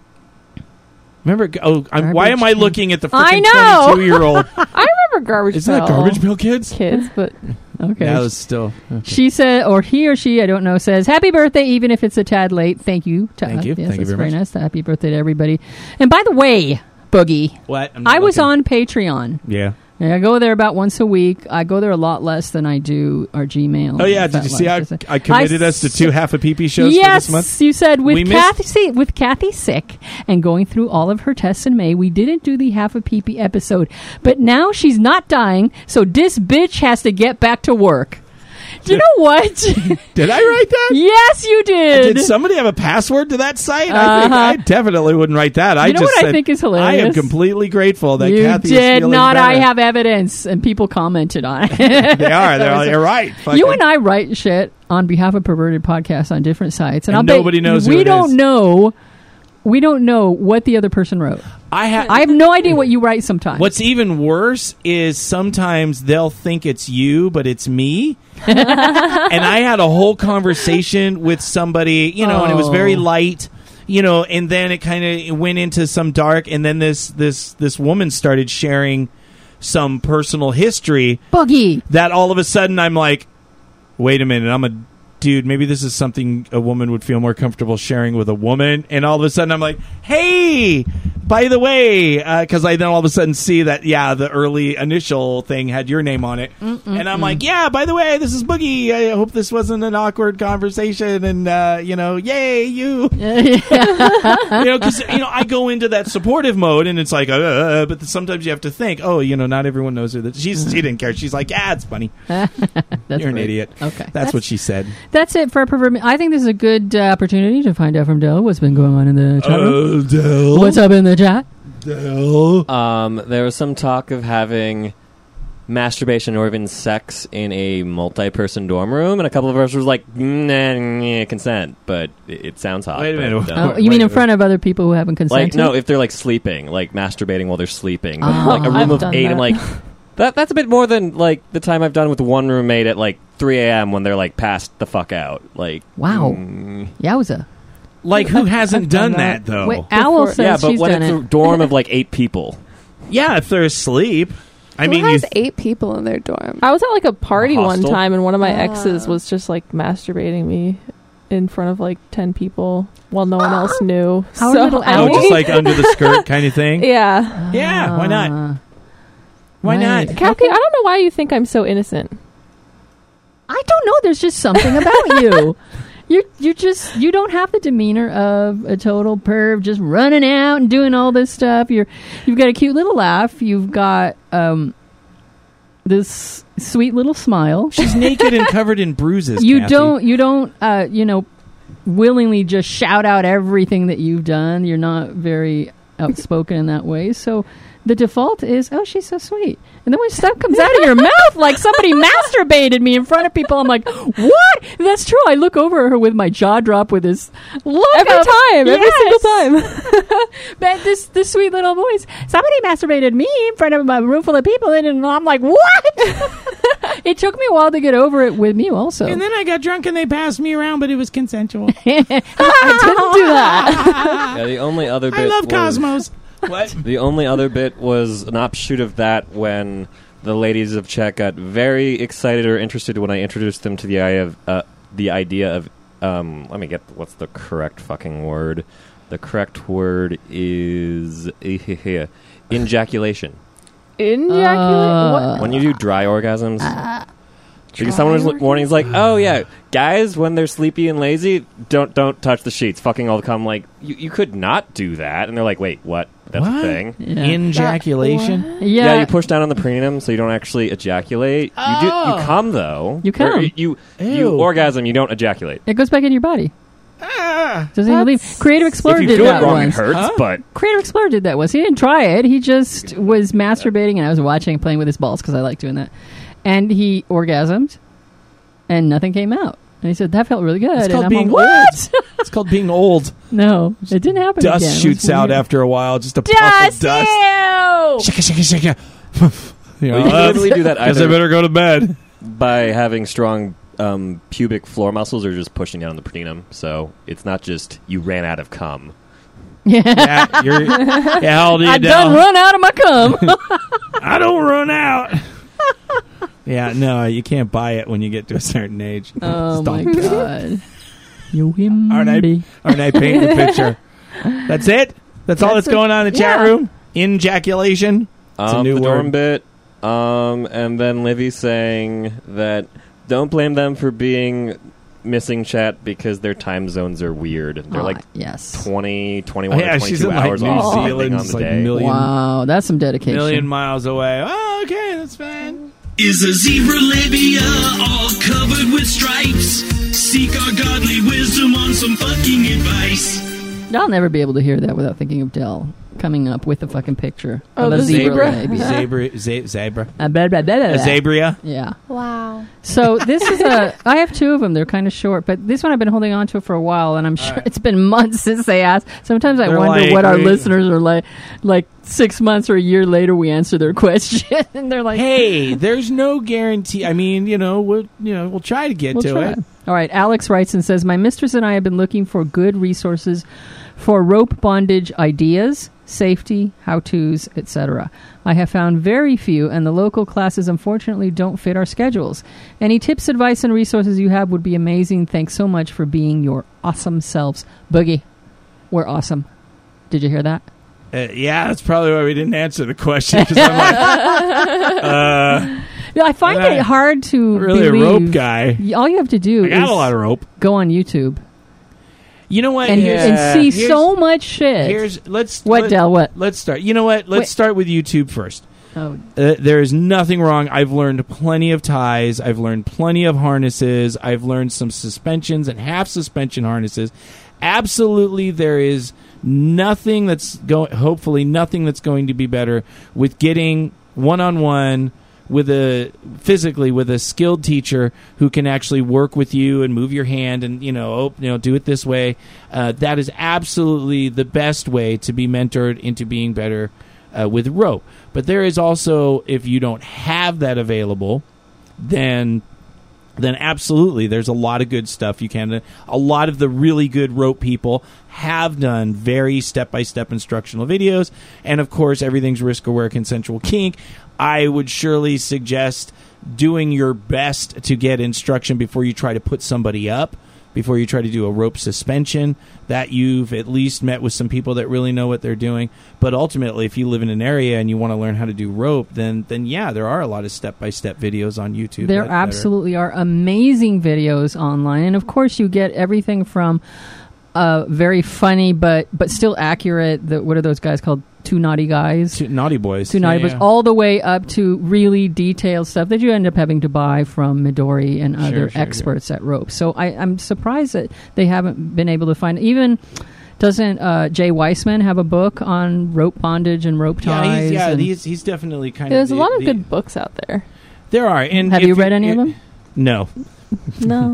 Speaker 1: Remember? Oh, I'm, why am
Speaker 2: Garbage
Speaker 1: I
Speaker 2: Pail.
Speaker 1: looking at the
Speaker 2: I
Speaker 1: freaking
Speaker 2: know! (laughs)
Speaker 1: twenty-two-year-old?
Speaker 3: remember garbage.
Speaker 1: Isn't that
Speaker 3: Pail
Speaker 1: garbage pail kids?
Speaker 3: Kids, but
Speaker 2: okay.
Speaker 1: That was still.
Speaker 2: she said, or he or she, I don't know, says, Happy birthday, even if it's a tad late. Thank you. To
Speaker 1: Thank you.
Speaker 2: Yes,
Speaker 1: Thank you
Speaker 2: that's
Speaker 1: very
Speaker 2: very
Speaker 1: much.
Speaker 2: nice. Happy birthday to everybody. And by the way, Boogie,
Speaker 1: What? I'm not
Speaker 2: I was
Speaker 1: looking.
Speaker 2: on Patreon.
Speaker 1: Yeah.
Speaker 2: And I go there about once a week. I go there a lot less than I do our Gmail.
Speaker 1: Oh yeah.
Speaker 2: and
Speaker 1: Did you
Speaker 2: FetLife.
Speaker 1: see? I, I committed
Speaker 2: I
Speaker 1: us to two half a PP shows
Speaker 2: yes,
Speaker 1: for this month.
Speaker 2: you said
Speaker 1: We
Speaker 2: with
Speaker 1: missed-
Speaker 2: Kathy with Kathy sick and going through all of her tests in May, we didn't do the half a peepee episode. But now she's not dying, so this bitch has to get back to work. Do you know
Speaker 1: (laughs)
Speaker 2: what?
Speaker 1: Did I write that?
Speaker 2: yes, you did.
Speaker 1: Did somebody have a password to that site? I, think,
Speaker 2: Uh-huh.
Speaker 1: I definitely wouldn't write that. I
Speaker 2: You know
Speaker 1: just
Speaker 2: what I
Speaker 1: said,
Speaker 2: think is
Speaker 1: I am
Speaker 2: hilarious?
Speaker 1: completely grateful that
Speaker 2: you
Speaker 1: Kathy is
Speaker 2: did
Speaker 1: feeling
Speaker 2: not. I
Speaker 1: better.
Speaker 2: have evidence, and people commented on it. (laughs)
Speaker 1: They are. They're all, you're right.
Speaker 2: You and I write shit on behalf of perverted podcasts on different sites, and,
Speaker 1: And
Speaker 2: I'll bet
Speaker 1: nobody knows who
Speaker 2: We
Speaker 1: it
Speaker 2: don't
Speaker 1: is.
Speaker 2: know. We don't know what the other person wrote.
Speaker 1: I have.
Speaker 2: I have no idea what you write sometimes.
Speaker 1: What's even worse is sometimes they'll think it's you, but it's me. and I had a whole conversation with somebody, you know, and it was very
Speaker 2: Oh.
Speaker 1: light, you know, and then it kind of went into some dark, and then this this this woman started sharing some personal history
Speaker 2: boogie?
Speaker 1: that all of a sudden I'm like, wait a minute, I'm a dude. Maybe this is something a woman would feel more comfortable sharing with a woman. And all of a sudden I'm like, hey, by the way, because I then all of a sudden see that yeah, the early initial thing had your name on it,
Speaker 2: Mm,
Speaker 1: and I'm like, yeah, by the way, this is Boogie. I hope this wasn't an awkward conversation, and uh, you know, yay you you know, because you know, I go into that supportive mode, and it's like, uh, uh, uh, but sometimes you have to think, oh, you know, not everyone knows her. That she's she didn't care. She's like, ah, it's funny.
Speaker 2: Mm. That's
Speaker 1: You're an
Speaker 2: great.
Speaker 1: idiot.
Speaker 2: Okay,
Speaker 1: That's, what she said.
Speaker 2: That's it for perverted. I think this is a good uh, opportunity to find out from Dell what's been going on in the chat room.
Speaker 1: Dell,
Speaker 2: What's up in the chat?
Speaker 1: Dell?
Speaker 6: Um, there was some talk of having masturbation or even sex in a multi-person dorm room, and a couple of us were like, nah, nah, consent, but it, it sounds hot.
Speaker 1: Wait a
Speaker 6: but,
Speaker 1: minute.
Speaker 6: uh,
Speaker 2: Oh,
Speaker 1: Wait,
Speaker 2: you mean
Speaker 1: wait.
Speaker 2: in front of other people who haven't
Speaker 6: like
Speaker 2: consented?
Speaker 6: no, if they're like sleeping, like masturbating while they're sleeping, but,
Speaker 2: Ah.
Speaker 6: like a room
Speaker 3: I've
Speaker 6: of
Speaker 3: done
Speaker 6: eight.
Speaker 3: that.
Speaker 6: I'm like, that that's a bit more than like the time I've done with one roommate at like 3 a.m. when they're like passed the fuck out. Like,
Speaker 2: Wow.
Speaker 6: mm.
Speaker 2: Yowza.
Speaker 1: Like who hasn't done,
Speaker 3: done
Speaker 1: that, though?
Speaker 2: Wait, Owl says
Speaker 6: yeah, but
Speaker 2: she's
Speaker 6: when
Speaker 2: done
Speaker 6: it's a
Speaker 2: it.
Speaker 6: dorm of like
Speaker 8: (laughs)
Speaker 6: eight people.
Speaker 1: yeah, if they're asleep. I
Speaker 5: Who
Speaker 1: mean, you
Speaker 5: has eight people in their dorm?
Speaker 3: I was at like a party one
Speaker 6: Hostel?
Speaker 3: time, and one of my
Speaker 5: Ah.
Speaker 3: exes was just like masturbating me in front of like ten people while no
Speaker 5: (gasps)
Speaker 3: one else knew.
Speaker 2: How
Speaker 3: so (laughs)
Speaker 2: little
Speaker 1: oh,
Speaker 2: Owl?
Speaker 1: just like under the skirt kind of thing.
Speaker 3: yeah,
Speaker 1: Yeah, why not?
Speaker 2: Ah.
Speaker 1: Why
Speaker 2: right.
Speaker 1: not?
Speaker 3: Kathy, I don't know why you think I'm so innocent.
Speaker 2: I don't know. There's just something about you. You you just you don't have the demeanor of a total perv, just running out and doing all this stuff. You're you've got a cute little laugh. You've got um this sweet little smile.
Speaker 1: She's naked and covered in bruises.
Speaker 2: You
Speaker 1: Kathy.
Speaker 2: don't you don't uh, you know willingly just shout out everything that you've done. You're not very outspoken in that way. So the default is, oh, she's so sweet. And then when stuff comes out
Speaker 6: (laughs)
Speaker 2: of your mouth, like somebody masturbated me in front of people, I'm like, what? That's true. I look over at her with my jaw drop with this look
Speaker 3: Every
Speaker 2: of-
Speaker 3: time, every single
Speaker 2: Yes.
Speaker 3: time.
Speaker 2: (laughs) But this this sweet little voice. Somebody masturbated me in front of a room full of people, and, and I'm like, what? (laughs) it took me a while to get over it with me, also.
Speaker 8: And then I got drunk and they passed me around, but it was
Speaker 2: (laughs)
Speaker 8: consensual.
Speaker 2: I didn't do that.
Speaker 6: Yeah, the only other bit
Speaker 8: I love
Speaker 6: was-
Speaker 8: Cosmos.
Speaker 1: What?
Speaker 6: The only other bit was an offshoot of that when the ladies of Czech got very excited or interested when I introduced them to the idea of uh, the idea of um, let me get what's the correct fucking word. The correct word is eh, uh, ejaculation.
Speaker 1: Uh,
Speaker 3: Injaculate.
Speaker 6: When you do dry orgasms, because someone was li- warning, he's like, "Oh yeah, guys, when they're sleepy and lazy, don't don't touch the sheets. Fucking all come like you, you could not do that." And they're like, "Wait, what? That's a
Speaker 1: What?
Speaker 6: thing."
Speaker 2: Yeah.
Speaker 1: Injaculation.
Speaker 6: Yeah. you push down on the perineum so you don't actually ejaculate. You do. You come though.
Speaker 2: Oh. You come.
Speaker 6: Or You you
Speaker 1: Ew.
Speaker 6: orgasm. You don't ejaculate.
Speaker 2: it goes back in your body. Doesn't even leave. Creative Explorer
Speaker 6: Ah. if you
Speaker 2: did
Speaker 6: do
Speaker 2: that
Speaker 6: it wrong,
Speaker 2: once.
Speaker 6: it hurts. But
Speaker 2: Creative Explorer did that once. He didn't try it. He just was masturbating, and I was watching, playing with his balls because I like doing that. And he orgasmed, and nothing came out. And he said that felt really good.
Speaker 1: It's
Speaker 2: and
Speaker 1: called
Speaker 2: I'm
Speaker 1: being
Speaker 2: like, what? (laughs)
Speaker 1: old. It's called being old.
Speaker 2: No, it didn't happen.
Speaker 1: Dust
Speaker 2: again. It was
Speaker 1: shoots out
Speaker 2: weird.
Speaker 1: after a while. Just a puff of dust. Shaka shaka shaka. (laughs) You know,
Speaker 2: (laughs)
Speaker 6: you can literally
Speaker 1: (laughs)
Speaker 6: do that
Speaker 1: I guess I
Speaker 6: either
Speaker 1: better go to bed.
Speaker 6: by having strong um, pubic floor muscles or just pushing down on the perineum. So it's not just you ran out of cum.
Speaker 2: Yeah,
Speaker 1: yeah,
Speaker 2: (laughs)
Speaker 1: you're, yeah, how old are you
Speaker 2: I
Speaker 1: now?
Speaker 2: done run out of my (laughs) cum.
Speaker 1: I don't run out. (laughs) yeah, no, you can't buy it when you get to a certain age.
Speaker 2: oh my
Speaker 1: (laughs) Stop.
Speaker 2: god. You
Speaker 1: Aren't I-
Speaker 2: himby.
Speaker 1: All right, I paint the
Speaker 2: (laughs)
Speaker 1: picture. That's it. That's, all that's
Speaker 2: That's it.
Speaker 1: going on in the chat
Speaker 2: Yeah.
Speaker 1: room. Injaculation. a
Speaker 6: Um,
Speaker 1: new
Speaker 6: the dorm
Speaker 1: word.
Speaker 6: bit, um, and then Livy saying that don't blame them for being missing chat because their time zones are weird. They're
Speaker 2: Ah,
Speaker 6: like
Speaker 2: yes.
Speaker 6: 20, 21,
Speaker 1: Oh, yeah,
Speaker 6: or
Speaker 1: she's
Speaker 6: 22
Speaker 1: in like
Speaker 6: hours
Speaker 1: New
Speaker 6: off depending
Speaker 1: Zealand,
Speaker 6: on
Speaker 1: it's
Speaker 6: the
Speaker 1: like
Speaker 6: day.
Speaker 1: million,
Speaker 2: Wow, that's some dedication.
Speaker 1: million miles away. Oh, okay, that's fine.
Speaker 9: Is a zebra labia all covered with stripes? Seek our godly wisdom on some fucking advice.
Speaker 2: I'll never be able to hear that without thinking of Dell coming up with a fucking picture
Speaker 3: Oh,
Speaker 2: of a
Speaker 3: the
Speaker 2: zebra.
Speaker 1: (laughs)
Speaker 3: zebra.
Speaker 2: maybe.
Speaker 1: Zabra, za- zabra,
Speaker 2: A blah, blah, blah, blah,
Speaker 1: a
Speaker 2: blah.
Speaker 1: zabria.
Speaker 2: Yeah.
Speaker 5: Wow.
Speaker 2: So this is a. I have two of them. They're kind of short, but this one I've been holding on to for a while, and I'm sure it's been months (laughs) since they asked. Sometimes I
Speaker 1: They're
Speaker 2: wonder
Speaker 1: like,
Speaker 2: what our
Speaker 1: we-
Speaker 2: listeners are like. Like six months or a year later, we answer their (laughs) question, and they're like,
Speaker 1: Hey, there's no guarantee. I mean, you know, we'll you know we'll try to get
Speaker 2: We'll
Speaker 1: to
Speaker 2: try.
Speaker 1: it.
Speaker 2: All right. Alex writes and says, My mistress and I have been looking for good resources for rope bondage ideas, safety, how to's, etc. I have found very few, and the local classes unfortunately don't fit our schedules. Any tips, advice, and resources you have would be amazing. Thanks so much for being your awesome selves. Boogie, we're awesome. Did you hear that?
Speaker 1: Uh, yeah, that's probably why we didn't answer the question. 'cause I'm like,
Speaker 2: (laughs)
Speaker 1: uh,
Speaker 2: Yeah, I find
Speaker 1: Yeah.
Speaker 2: it hard to
Speaker 1: really a
Speaker 2: believe.
Speaker 1: rope guy.
Speaker 2: Y- All you have to do
Speaker 1: I
Speaker 2: is
Speaker 1: got a lot of rope.
Speaker 2: go on YouTube
Speaker 1: You know what?
Speaker 2: and,
Speaker 1: Here's-
Speaker 2: and see
Speaker 1: here's-
Speaker 2: so much shit.
Speaker 1: Here's let's
Speaker 2: what,
Speaker 1: let,
Speaker 2: Dell? What?
Speaker 1: Let's start. You know what? Let's
Speaker 2: Wait.
Speaker 1: start with YouTube first.
Speaker 2: Oh,
Speaker 1: Uh, there is nothing wrong. I've learned plenty of ties. I've learned plenty of harnesses. I've learned some suspensions and half suspension harnesses. Absolutely, there is nothing that's going. Hopefully, nothing that's going to be better with getting one on one with a physically with a skilled teacher who can actually work with you and move your hand and you know oh, you know do it this way. Uh, that is absolutely the best way to be mentored into being better uh, with rope. But there is also if you don't have that available, then then absolutely there's a lot of good stuff you can a lot of the really good rope people have done very step-by-step instructional videos and of course everything's risk aware consensual kink i would surely suggest doing your best to get instruction before you try to put somebody up before you try to do a rope suspension that you've at least met with some people that really know what they're doing but ultimately if you live in an area and you want to learn how to do rope then then yeah there are a lot of step-by-step videos on youtube
Speaker 2: There
Speaker 1: that- that are-
Speaker 2: absolutely are amazing videos online, and of course, you get everything from uh, very funny but but still accurate. The, what are those guys called? Two naughty guys.
Speaker 1: Two Naughty Boys.
Speaker 2: Two naughty boys, Oh, all the way up to really detailed stuff that you end up having to buy from Midori and other
Speaker 1: sure, sure.
Speaker 2: experts at rope. So I, I'm surprised that they haven't been able to find even Doesn't uh, Jay Weissman have a book on rope bondage and rope
Speaker 1: Yeah,
Speaker 2: ties?
Speaker 1: he's, yeah,
Speaker 2: and-
Speaker 1: he's, he's definitely kind
Speaker 3: Yeah,
Speaker 1: of.
Speaker 3: there's a
Speaker 1: the-
Speaker 3: lot of
Speaker 1: the-
Speaker 3: good books out there.
Speaker 1: There are. And
Speaker 2: have
Speaker 1: if
Speaker 2: you read any of
Speaker 1: it-
Speaker 2: them?
Speaker 1: No, (laughs)
Speaker 3: No,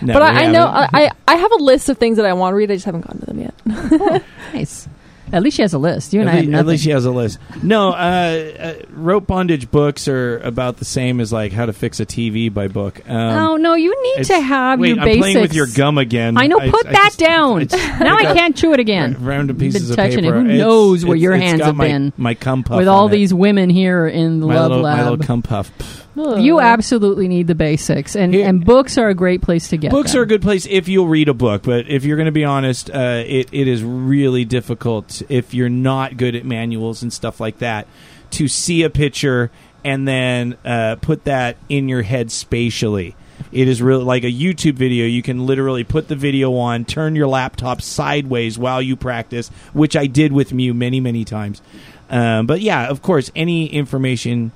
Speaker 1: no.
Speaker 3: but
Speaker 1: we
Speaker 3: I, I know
Speaker 2: uh,
Speaker 3: I,
Speaker 1: haven't.
Speaker 3: I I have a list of things that I want to read. I just haven't gotten to them yet.
Speaker 2: Nice. At least she has a list. You and
Speaker 1: at,
Speaker 2: I have
Speaker 1: lea-
Speaker 2: nothing.
Speaker 1: at least she has a list. No, uh, uh, rope bondage books are about the same as like how to fix a TV by book. Um,
Speaker 2: oh no, you need
Speaker 1: it's-
Speaker 2: to have
Speaker 1: wait,
Speaker 2: your
Speaker 1: I'm
Speaker 2: basics.
Speaker 1: playing with your gum again.
Speaker 2: I know.
Speaker 1: I-
Speaker 2: Put
Speaker 1: I
Speaker 2: that
Speaker 1: just-
Speaker 2: down.
Speaker 1: it's-
Speaker 2: (laughs) now
Speaker 1: I
Speaker 2: I
Speaker 1: got-
Speaker 2: can't chew it again.
Speaker 1: Random pieces
Speaker 2: Been
Speaker 1: of
Speaker 2: touching it.
Speaker 1: paper.
Speaker 2: Who
Speaker 1: It's-
Speaker 2: knows where
Speaker 1: it's-
Speaker 2: your
Speaker 1: it's
Speaker 2: hands
Speaker 1: got
Speaker 2: have
Speaker 1: my,
Speaker 2: been
Speaker 1: My cum puff
Speaker 2: With
Speaker 1: on
Speaker 2: all
Speaker 1: it.
Speaker 2: these women here in
Speaker 1: my
Speaker 2: Love
Speaker 1: little, my little
Speaker 2: Lab,
Speaker 1: cum puff.
Speaker 2: you absolutely need the basics, and,
Speaker 1: Here-
Speaker 2: and books are a great place to get.
Speaker 1: Books
Speaker 2: them.
Speaker 1: are a good place if you'll read a book, but if you're going to be honest, uh, it it is really difficult if you're not good at manuals and stuff like that to see a picture and then uh, put that in your head spatially. It is really like a YouTube video. You can literally put the video on, turn your laptop sideways while you practice, which I did with Mew many many times. Um, but yeah, of course, any information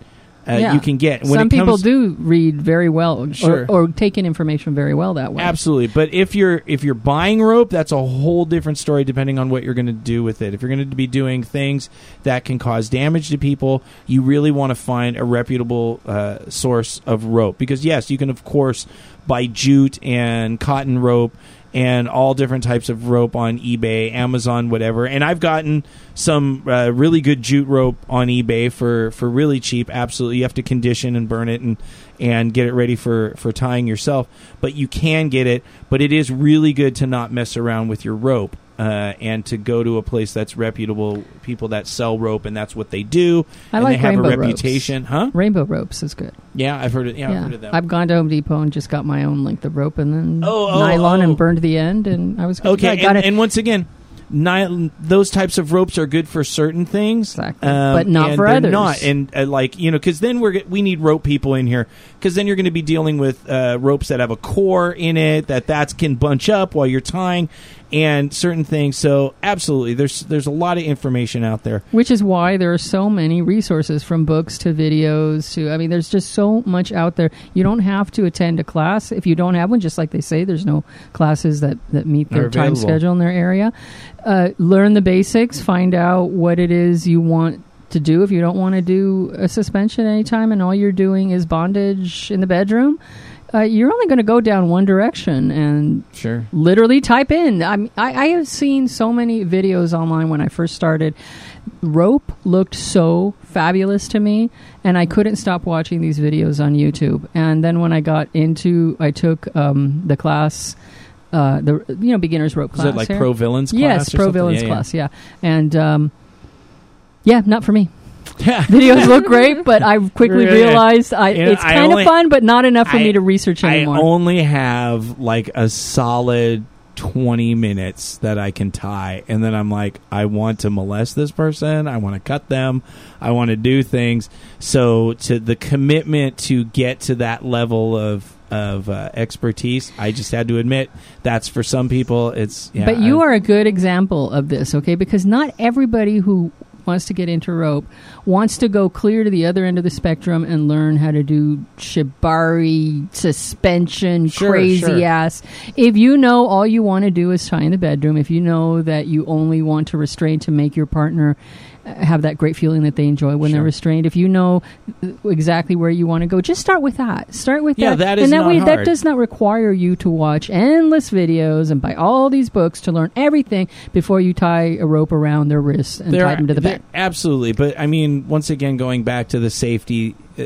Speaker 1: uh,
Speaker 2: Yeah.
Speaker 1: you can get when
Speaker 2: Some
Speaker 1: it comes
Speaker 2: people do read very well,
Speaker 1: Sure.
Speaker 2: or, or take in information very well that way.
Speaker 1: Absolutely, but if you're if you're buying rope, that's a whole different story. Depending on what you're going to do with it, if you're going to be doing things that can cause damage to people, you really want to find a reputable uh, source of rope because yes, you can of course buy jute and cotton rope and all different types of rope on eBay, Amazon, whatever. And I've gotten some uh, really good jute rope on eBay for for really cheap. Absolutely, you have to condition and burn it and and get it ready for for tying yourself. But you can get it. But it is really good to not mess around with your rope. Uh, and to go to a place that's reputable, people that sell rope, and that's what they do.
Speaker 2: I
Speaker 1: and
Speaker 2: like
Speaker 1: they have
Speaker 2: rainbow
Speaker 1: a
Speaker 2: ropes.
Speaker 1: reputation, huh?
Speaker 2: Rainbow ropes is good.
Speaker 1: Yeah, I've heard it. Yeah, I've heard of them.
Speaker 2: I've gone to Home Depot and just got my own length of rope and then
Speaker 1: Oh, oh,
Speaker 2: nylon
Speaker 1: oh.
Speaker 2: and burned the end, and I was good.
Speaker 1: Okay,
Speaker 2: I got
Speaker 1: and,
Speaker 2: it.
Speaker 1: and once again, ni- those types of ropes are good for certain things, um,
Speaker 2: Exactly. But not
Speaker 1: and
Speaker 2: for
Speaker 1: they're
Speaker 2: others.
Speaker 1: Not and uh, like you know, because then we're g- we need rope people in here because then you're going to be dealing with uh, ropes that have a core in it that that can bunch up while you're tying and certain things. So absolutely, there's there's a lot of information out there.
Speaker 2: Which is why there are so many resources from books to videos to I mean there's just so much out there. You don't have to attend a class if you don't have one just like they say there's no classes that that meet
Speaker 1: Are
Speaker 2: their time
Speaker 1: available.
Speaker 2: schedule in their area. Uh, learn the basics, find out what it is you want to do if you don't want to do a suspension anytime and all you're doing is bondage in the bedroom. Uh, you're only going to go down one direction and
Speaker 1: Sure.
Speaker 2: literally type in. I'm, I, I have seen so many videos online when I first started. Rope looked so fabulous to me, and I couldn't stop watching these videos on YouTube. And then when I got into, I took um, the class, uh, the you know beginners rope
Speaker 1: Is
Speaker 2: class.
Speaker 1: it like
Speaker 2: here.
Speaker 1: pro villains? Class
Speaker 2: Yes,
Speaker 1: or
Speaker 2: pro
Speaker 1: something?
Speaker 2: villains
Speaker 1: Yeah, yeah.
Speaker 2: class. Yeah, and um, yeah, not for me.
Speaker 1: (laughs)
Speaker 2: (laughs)
Speaker 1: Yeah.
Speaker 2: Videos look great, but I quickly
Speaker 1: Yeah.
Speaker 2: realized I,
Speaker 1: You know,
Speaker 2: it's
Speaker 1: I
Speaker 2: kind
Speaker 1: only-
Speaker 2: of fun, but not enough for
Speaker 1: I-
Speaker 2: me to research anymore.
Speaker 1: I only have like a solid 20 minutes that I can tie. And then I'm like, I want to molest this person. I want to cut them. I want to do things. So, to the commitment to get to that level of. Of uh, expertise, I just had to admit that's for some people. It's yeah,
Speaker 2: but you
Speaker 1: I-
Speaker 2: are a good example of this, okay? Because not everybody who wants to get into rope wants to go clear to the other end of the spectrum and learn how to do shibari suspension
Speaker 1: Sure,
Speaker 2: crazy
Speaker 1: sure.
Speaker 2: ass. If you know all you want to do is tie in the bedroom, if you know that you only want to restrain to make your partner uh, have that great feeling that they enjoy when they're
Speaker 1: Sure.
Speaker 2: restrained. If you know uh, exactly where you want to go, just start with that. Start with
Speaker 1: Yeah, that is
Speaker 2: and that
Speaker 1: not
Speaker 2: way
Speaker 1: hard.
Speaker 2: that does not require you to watch endless videos and buy all these books to learn everything before you tie a rope around their wrists and tie them to the
Speaker 1: there-
Speaker 2: back.
Speaker 1: Absolutely, but I mean, once again, going back to the safety, uh,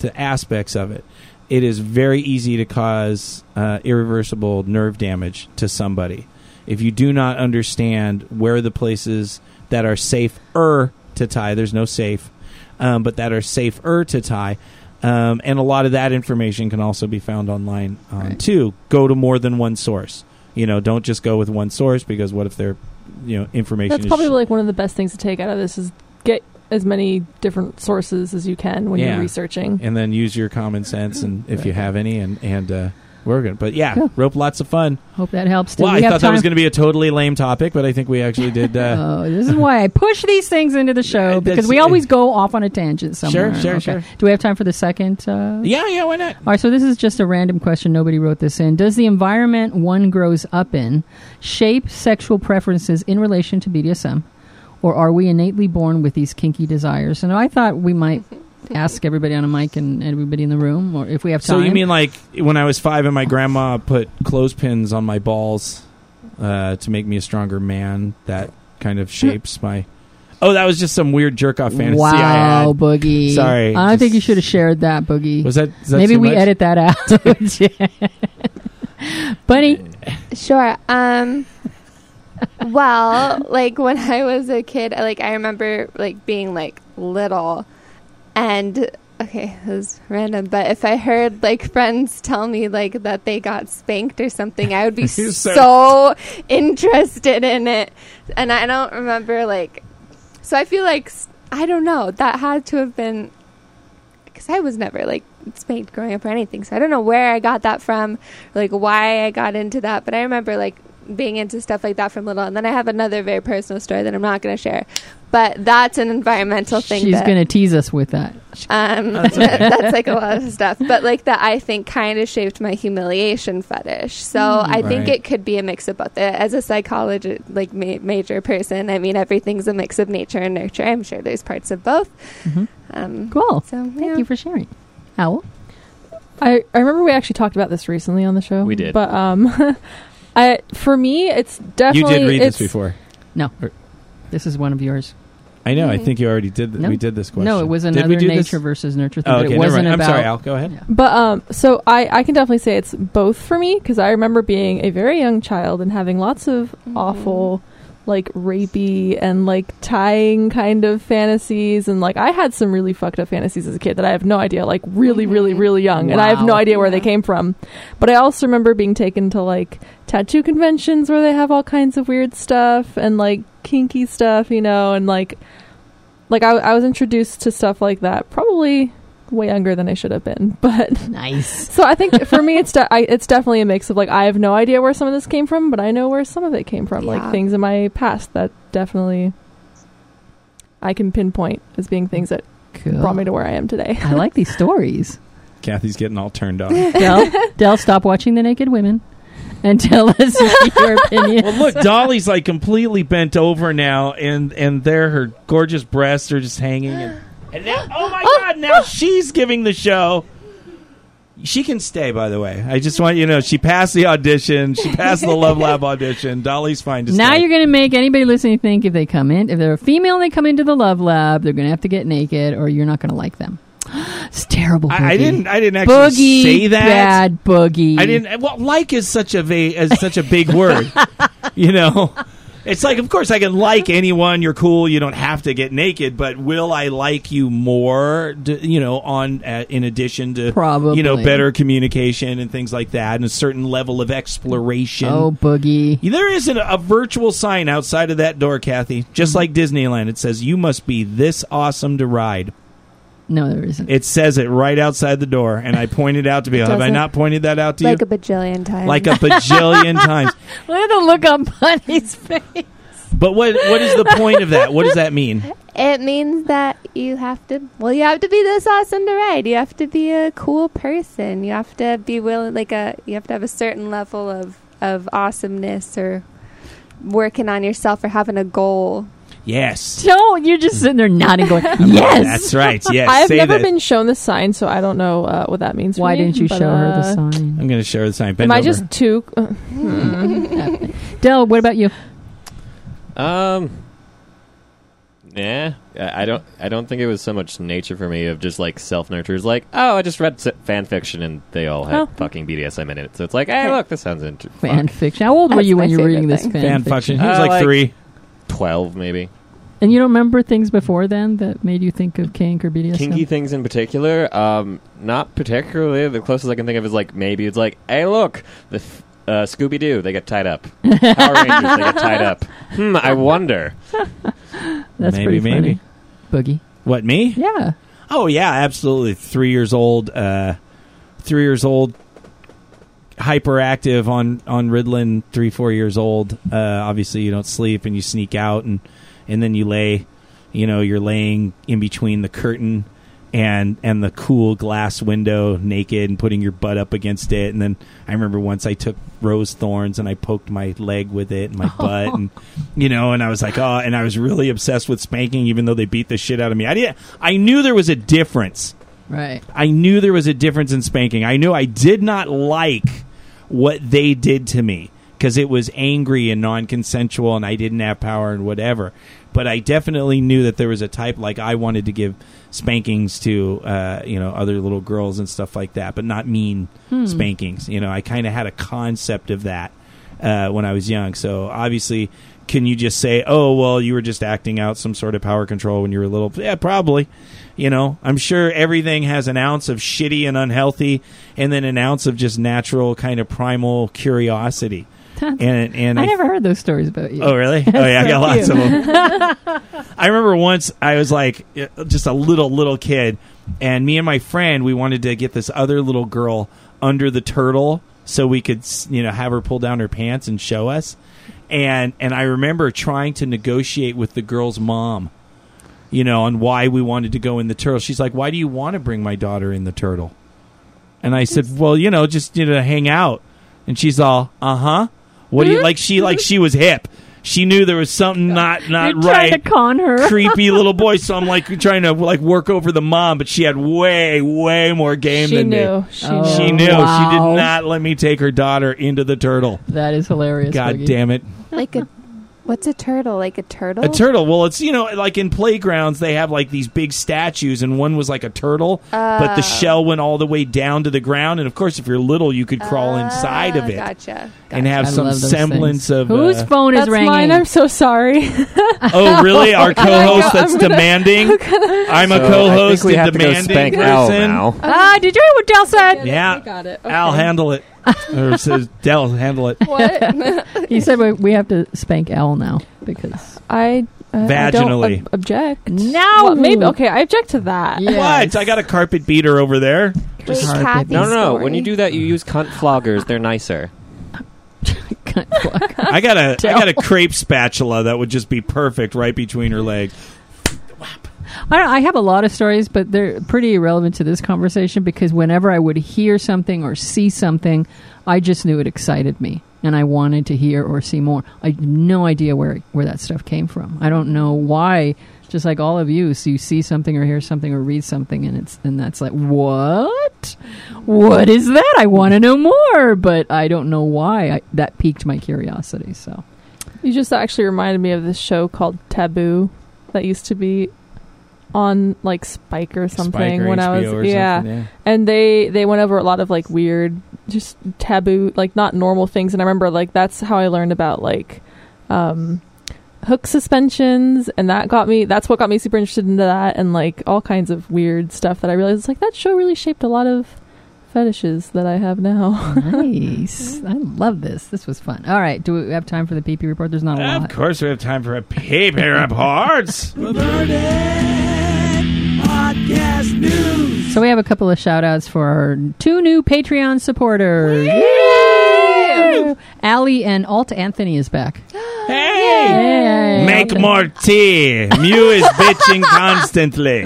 Speaker 1: to aspects of it, it is very easy to cause uh, irreversible nerve damage to somebody if you do not understand where the places that are safer to tie. There's no safe, um, but that are safer to tie. Um, and a lot of that information can also be found online um,
Speaker 2: Right.
Speaker 1: too. Go to more than one source. You know, don't just go with one source because what if their, you know, information
Speaker 3: That's
Speaker 1: is
Speaker 3: probably
Speaker 1: sh-
Speaker 3: like one of the best things to take out of this is get as many different sources as you can when
Speaker 1: Yeah.
Speaker 3: you're researching.
Speaker 1: and then use your common sense and if you have any and and uh, We're good. But yeah,
Speaker 2: Yeah.
Speaker 1: rope lots of fun.
Speaker 2: Hope that helps. Do
Speaker 1: Well,
Speaker 2: we
Speaker 1: I
Speaker 2: have
Speaker 1: thought that
Speaker 2: time
Speaker 1: was going to be a totally lame topic, but I think we actually did. Uh,
Speaker 2: Oh, this is why I push these
Speaker 1: (laughs)
Speaker 2: things into the show
Speaker 1: Uh,
Speaker 2: because
Speaker 1: that's-
Speaker 2: we always go off on a tangent somewhere.
Speaker 1: Sure, sure,
Speaker 2: Okay.
Speaker 1: sure.
Speaker 2: Do we have time for the second? Uh...
Speaker 1: yeah, yeah, why not?
Speaker 2: All right, so this is just a random question. Nobody wrote this in. Does the environment one grows up in shape sexual preferences in relation to BDSM, or are we innately born with these kinky desires? And I thought
Speaker 5: (laughs)
Speaker 2: we might ask everybody on a mic and everybody in the room, or if we have time.
Speaker 1: So you mean like when I was five and my grandma put clothespins on my balls uh, to make me a stronger man? That kind of shapes my. Oh, that was just some weird jerk off fantasy
Speaker 2: wow,
Speaker 1: I had.
Speaker 2: Boogie.
Speaker 1: Sorry,
Speaker 2: I don't
Speaker 1: just-
Speaker 2: think you should have shared that, Boogie.
Speaker 1: Was that, is that
Speaker 2: Maybe
Speaker 1: too
Speaker 2: we
Speaker 1: much?
Speaker 2: edit that
Speaker 1: (laughs)
Speaker 2: out. (laughs) Bunny,
Speaker 5: Sure. Um well, like when I was a kid, I- like I remember like being like little and okay, it was random, but if I heard like friends tell me like that they got spanked or something, I would be
Speaker 1: You're so-
Speaker 5: so interested in it. And I don't remember like so I feel like s- I don't know, that had to have been because I was never like spanked growing up or anything. So I don't know where I got that from, like why I got into that. But I remember like being into stuff like that from little. And then I have another very personal story that I'm not going to share. But that's an environmental thing.
Speaker 2: she's
Speaker 5: that,
Speaker 2: going to tease us with that.
Speaker 5: Um, (laughs) that's like a lot of stuff. But like that, I think kind of shaped my humiliation fetish. So
Speaker 2: Hmm.
Speaker 5: I think
Speaker 1: Right.
Speaker 5: it could be a mix of both. Uh, As a psychologist, like ma- major person, I mean, everything's a mix of nature and nurture. I'm sure there's parts of both.
Speaker 2: Mhm.
Speaker 5: Um,
Speaker 2: Cool.
Speaker 5: So
Speaker 2: Thank
Speaker 5: yeah.
Speaker 2: you for sharing. Owl.
Speaker 3: I, I remember we actually talked about this recently on the show.
Speaker 6: We did.
Speaker 3: but um, (laughs) I for me it's
Speaker 1: You
Speaker 3: definitely
Speaker 1: did read
Speaker 3: it's,
Speaker 1: this before.
Speaker 2: This is one of yours.
Speaker 1: I know. I
Speaker 5: Mhm.
Speaker 1: think you already did. Th-
Speaker 2: Mm-hmm. No.
Speaker 1: We did this question.
Speaker 2: No, it was
Speaker 1: Did
Speaker 2: another
Speaker 1: we do
Speaker 2: nature
Speaker 1: this?
Speaker 2: versus nurture thing.
Speaker 1: Oh,
Speaker 2: but
Speaker 1: okay,
Speaker 2: it
Speaker 1: never
Speaker 2: wasn't
Speaker 1: mind.
Speaker 2: about.
Speaker 1: I'm sorry, Al. Go ahead.
Speaker 2: Yeah.
Speaker 3: But um, so I I can definitely say it's both for me because I remember being a very young child and having lots of awful like rapey and like tying kind of fantasies and like I had some really fucked up fantasies as a kid that I have no idea like really really really young and I have no
Speaker 2: Wow.
Speaker 3: idea where they
Speaker 5: Yeah.
Speaker 3: came from. But I also remember being taken to like tattoo conventions where they have all kinds of weird stuff and like kinky stuff, you know, and like like I, I was introduced to stuff like that probably way younger than I should have been, (laughs) but
Speaker 2: Nice.
Speaker 3: so I think for me, it's de- I, it's definitely a mix of like I have no idea where some of this came from, but I know where some of it came from, like
Speaker 5: Yeah.
Speaker 3: things in my past that definitely I can pinpoint as being things that
Speaker 2: Cool.
Speaker 5: Oh.
Speaker 3: brought me to where I am today.
Speaker 2: I like these stories.
Speaker 1: Kathy's getting all turned (laughs) on.
Speaker 2: Dell, Dell, stop watching the naked women and tell us your opinion.
Speaker 1: well, look, Dolly's like completely bent over now, and and there her gorgeous breasts are just hanging. And, and now, oh my God! Now she's giving the show. She can stay, by the way. I just want you to know she passed the audition. She passed the Love Lab audition. Dolly's fine to stay.
Speaker 2: Now you're going to make anybody listening think if they come in, if they're a female and they come into the love lab, they're going to have to get naked or you're not going to like them. (gasps) it's terrible.
Speaker 1: I, I
Speaker 2: Boogie.
Speaker 1: didn't. I didn't actually
Speaker 2: Boogie,
Speaker 1: say that.
Speaker 2: bad boogie.
Speaker 1: I didn't. Well, like is such a va- is such a big word. you know, it's like of course I can like anyone. You're cool. You don't have to get naked. But will I like you more? D- you know, on uh, in addition to
Speaker 2: Probably.
Speaker 1: you know better communication and things like that, and a certain level of exploration.
Speaker 2: Oh, boogie.
Speaker 1: There isn't a, a virtual sign outside of that door, Kathy. Just like Disneyland, it says you must be this awesome to ride.
Speaker 2: No, there isn't.
Speaker 1: It says it right outside the door, and I pointed out to be.
Speaker 5: It
Speaker 1: Have I
Speaker 5: doesn't.
Speaker 1: not pointed that out to you?
Speaker 5: Like a bajillion times.
Speaker 3: (laughs)
Speaker 1: like a bajillion times.
Speaker 2: Look at the look on Bunny's face.
Speaker 1: But what what is the point of that? What does that mean?
Speaker 5: It means that you have to, well, you have to be this awesome to ride. You have to be a cool person. You have to be willing, like a, you have to have a certain level of, of awesomeness or working on yourself or having a goal.
Speaker 3: (laughs)
Speaker 1: Yes.
Speaker 2: Don't. You're just sitting there nodding,
Speaker 1: (laughs)
Speaker 2: going, yes.
Speaker 1: That's right. Yes.
Speaker 3: I've
Speaker 1: say
Speaker 3: never
Speaker 1: that.
Speaker 3: been shown this sign, so I don't know uh, what that means. for
Speaker 2: Why
Speaker 3: me,
Speaker 2: didn't you
Speaker 3: but,
Speaker 2: show her
Speaker 3: uh,
Speaker 2: the sign?
Speaker 1: I'm going to share the sign. Bend
Speaker 3: Am I
Speaker 1: over.
Speaker 3: just too? (laughs) Uh,
Speaker 2: Dell, Hmm. what about you?
Speaker 6: Um. Nah, I I don't. I don't think it was so much nature for me of just like self nurture. It's like, oh, I just read s- fan fiction and they all had
Speaker 3: Oh.
Speaker 6: fucking BDSM in it. So it's like, hey, look, this sounds interesting.
Speaker 2: Fan fiction. How old were
Speaker 5: That's
Speaker 2: you
Speaker 5: my
Speaker 2: when you were
Speaker 5: favorite
Speaker 2: reading this
Speaker 5: thing.
Speaker 2: fan,
Speaker 1: fan
Speaker 2: fiction?
Speaker 1: function? He was
Speaker 6: Uh,
Speaker 1: like,
Speaker 6: like-
Speaker 1: three.
Speaker 6: Twelve, maybe.
Speaker 2: And you don't remember things before then that made you think of kink or BDSM?
Speaker 6: kinky things in particular. Um, not particularly. The closest I can think of is like maybe it's like, hey, look, the f- uh, Scooby Doo they get tied up. Power Rangers they get tied up. Hmm, I wonder.
Speaker 2: That's
Speaker 1: maybe,
Speaker 2: pretty funny.
Speaker 1: maybe.
Speaker 2: Boogie.
Speaker 1: What me?
Speaker 2: Yeah.
Speaker 1: Oh yeah, absolutely. Three years old. Uh, three years old. hyperactive on on Ritalin, three four years old. Uh, obviously, you don't sleep and you sneak out and and then you lay. You know, you're laying in between the curtain and and the cool glass window, naked and putting your butt up against it. And then I remember once I took rose thorns and I poked my leg with it and my butt and you know, and I was like, oh, and I was really obsessed with spanking, even though they beat the shit out of me. I did. I knew there was a difference.
Speaker 2: Right.
Speaker 1: I knew there was a difference in spanking. I knew I did not like what they did to me because it was angry and non consensual and I didn't have power and whatever. But I definitely knew that there was a type like I wanted to give spankings to, uh, you know, other little girls and stuff like that, but not mean spankings. You know, I kind of had a concept of that uh, when I was young. So obviously, can you just say, "Oh, well, you were just acting out some sort of power control when you were little"? Yeah, probably. You know, I'm sure everything has an ounce of shitty and unhealthy, and then an ounce of just natural kind of primal curiosity. And and
Speaker 2: I never heard those stories about you.
Speaker 1: Oh, really? Oh, yeah, I got lots
Speaker 2: That's so
Speaker 1: of them. I remember once I was like eh, just a little, little kid, and me and my friend, we wanted to get this other little girl under the turtle so we could, s- you know, have her pull down her pants and show us. And and I remember trying to negotiate with the girl's mom, you know, on why we wanted to go in the turtle. She's like, "Why do you want to bring my daughter in the turtle?" And I said, "Well, you know, just you know, hang out." And she's all, "Uh huh." What do you like? She like she was hip. She knew there was something not not
Speaker 2: You're
Speaker 1: right.
Speaker 2: trying to con her.
Speaker 1: creepy little boy. So I'm like trying to like work over the mom, but she had way way more game
Speaker 3: She
Speaker 1: than
Speaker 3: knew.
Speaker 1: me.
Speaker 3: She
Speaker 2: Oh.
Speaker 3: knew.
Speaker 1: She knew she
Speaker 2: Wow.
Speaker 1: did not let me take her daughter into the turtle.
Speaker 2: that is hilarious.
Speaker 1: God
Speaker 2: Boogie.
Speaker 1: damn it.
Speaker 5: like a (laughs) what's a turtle? Like a turtle?
Speaker 1: A turtle. Well, it's you know like in playgrounds they have like these big statues, and one was like a turtle,
Speaker 5: Uh,
Speaker 1: but
Speaker 5: Ah.
Speaker 1: the shell went all the way down to the ground. And of course, if you're little, you could crawl inside of
Speaker 5: Ah,
Speaker 1: it
Speaker 2: (laughs)
Speaker 5: Gotcha.
Speaker 1: and have
Speaker 2: I
Speaker 1: some
Speaker 2: love those
Speaker 1: semblance
Speaker 2: things.
Speaker 1: of
Speaker 2: Whose
Speaker 1: uh,
Speaker 2: phone
Speaker 3: That's
Speaker 2: is ringing?
Speaker 3: mine. I'm
Speaker 2: (laughs)
Speaker 3: so sorry.
Speaker 1: (laughs) Oh, really? Our co-host that's demanding. I'm a
Speaker 6: So I think
Speaker 1: co-host
Speaker 6: we
Speaker 1: and
Speaker 6: have to go
Speaker 1: demanding
Speaker 6: spank Al
Speaker 1: person.
Speaker 6: now.
Speaker 2: ah, did you hear what Dell said?
Speaker 1: Yeah,
Speaker 3: got it.
Speaker 1: Al, handle it. or says Dell, handle it.
Speaker 5: (laughs) What?
Speaker 2: He said we, we have to spank Al now because
Speaker 3: I, uh, I don't
Speaker 1: Vaginally.
Speaker 3: ob- object.
Speaker 2: No!
Speaker 3: Well, maybe. Okay, I object to that.
Speaker 1: What? I got a carpet beater over there.
Speaker 5: Wait,
Speaker 2: Just hard
Speaker 5: Kathy's
Speaker 2: No,
Speaker 6: No, no, no.
Speaker 5: story.
Speaker 6: When you do that, you use cunt floggers. They're nicer.
Speaker 1: I got a I
Speaker 2: Dell.
Speaker 1: got a crepe spatula that would just be perfect right between her legs.
Speaker 2: I, don't, I have a lot of stories, but they're pretty irrelevant to this conversation because whenever I would hear something or see something, I just knew it excited me and I wanted to hear or see more. I had no idea where where that stuff came from. I don't know why. Just like all of you, so you see something or hear something or read something, and it's and that's like what? What is that? I want to know more, but I don't know why. I, that piqued my curiosity. So
Speaker 3: You just actually reminded me of this show called Taboo that used to be on like Spike or something
Speaker 1: Spike or
Speaker 3: when I
Speaker 1: HBO or
Speaker 3: was yeah.
Speaker 1: something,
Speaker 3: And they they went over a lot of like weird just taboo like not normal things and I remember like that's how I learned about like um hook suspensions and that got me that's what got me super interested into that and like all kinds of weird stuff that I realized it's like that show really shaped a lot of fetishes that I have now.
Speaker 2: nice. (laughs) I love this. This was fun. All right, do we have time for the PP report? There's not a lot.
Speaker 1: Of course, we have time for a paper report.
Speaker 2: So we have a couple of shout outs for our two new Patreon supporters. Woo! Allie and Alt Anthony
Speaker 1: (gasps)
Speaker 2: is back.
Speaker 1: hey, make more tea. Mew is bitching
Speaker 3: (laughs)
Speaker 1: constantly.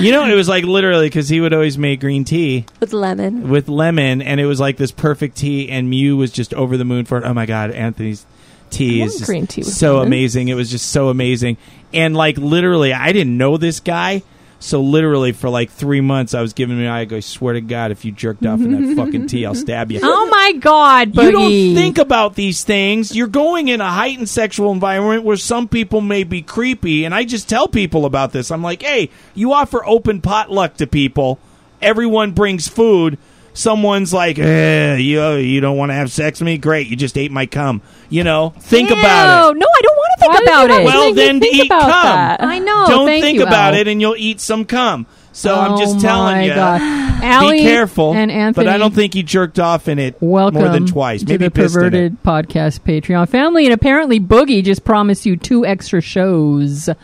Speaker 1: You know, it was like literally because he would always make green tea.
Speaker 5: with lemon?
Speaker 1: with lemon, and it was like this perfect tea. And Mew was just over the moon for it. Oh my god, Anthony's tea
Speaker 3: I
Speaker 1: is
Speaker 3: love
Speaker 1: just
Speaker 3: green tea with
Speaker 1: so
Speaker 3: lemon.
Speaker 1: amazing. It was just so amazing, and like literally, I didn't know this guy. So literally, for like three months, I was giving him. I go, I swear to God, if you jerked off in that fucking tea,
Speaker 3: (laughs)
Speaker 1: I'll stab you.
Speaker 2: Oh my God, Boogie.
Speaker 1: You don't think about these things. You're going in a heightened sexual environment where some people may be creepy, and I just tell people about this. I'm like, hey, you offer open potluck to people. Everyone brings food. Someone's like, eh, you, you don't want to have sex with me? Great, you just ate my cum. You know, think about it.
Speaker 2: No, I don't want to think
Speaker 3: Why did
Speaker 2: about
Speaker 3: you
Speaker 2: it.
Speaker 3: not
Speaker 1: Well,
Speaker 3: make me
Speaker 1: then
Speaker 3: think
Speaker 1: eat
Speaker 3: about
Speaker 1: cum.
Speaker 3: that?
Speaker 2: I know.
Speaker 1: don't
Speaker 2: thank
Speaker 1: think
Speaker 2: you,
Speaker 1: about
Speaker 2: Al.
Speaker 1: it, and you'll eat some cum. So
Speaker 2: oh
Speaker 1: I'm just telling
Speaker 2: my
Speaker 1: you.
Speaker 2: God. Allie
Speaker 1: Be careful.
Speaker 2: and Anthony.
Speaker 1: But I don't think he jerked off in it
Speaker 2: Welcome
Speaker 1: more than twice.
Speaker 2: to
Speaker 1: Maybe
Speaker 2: the
Speaker 1: pissed in it.
Speaker 2: perverted podcast Patreon family, and apparently Boogie just promised you two extra shows in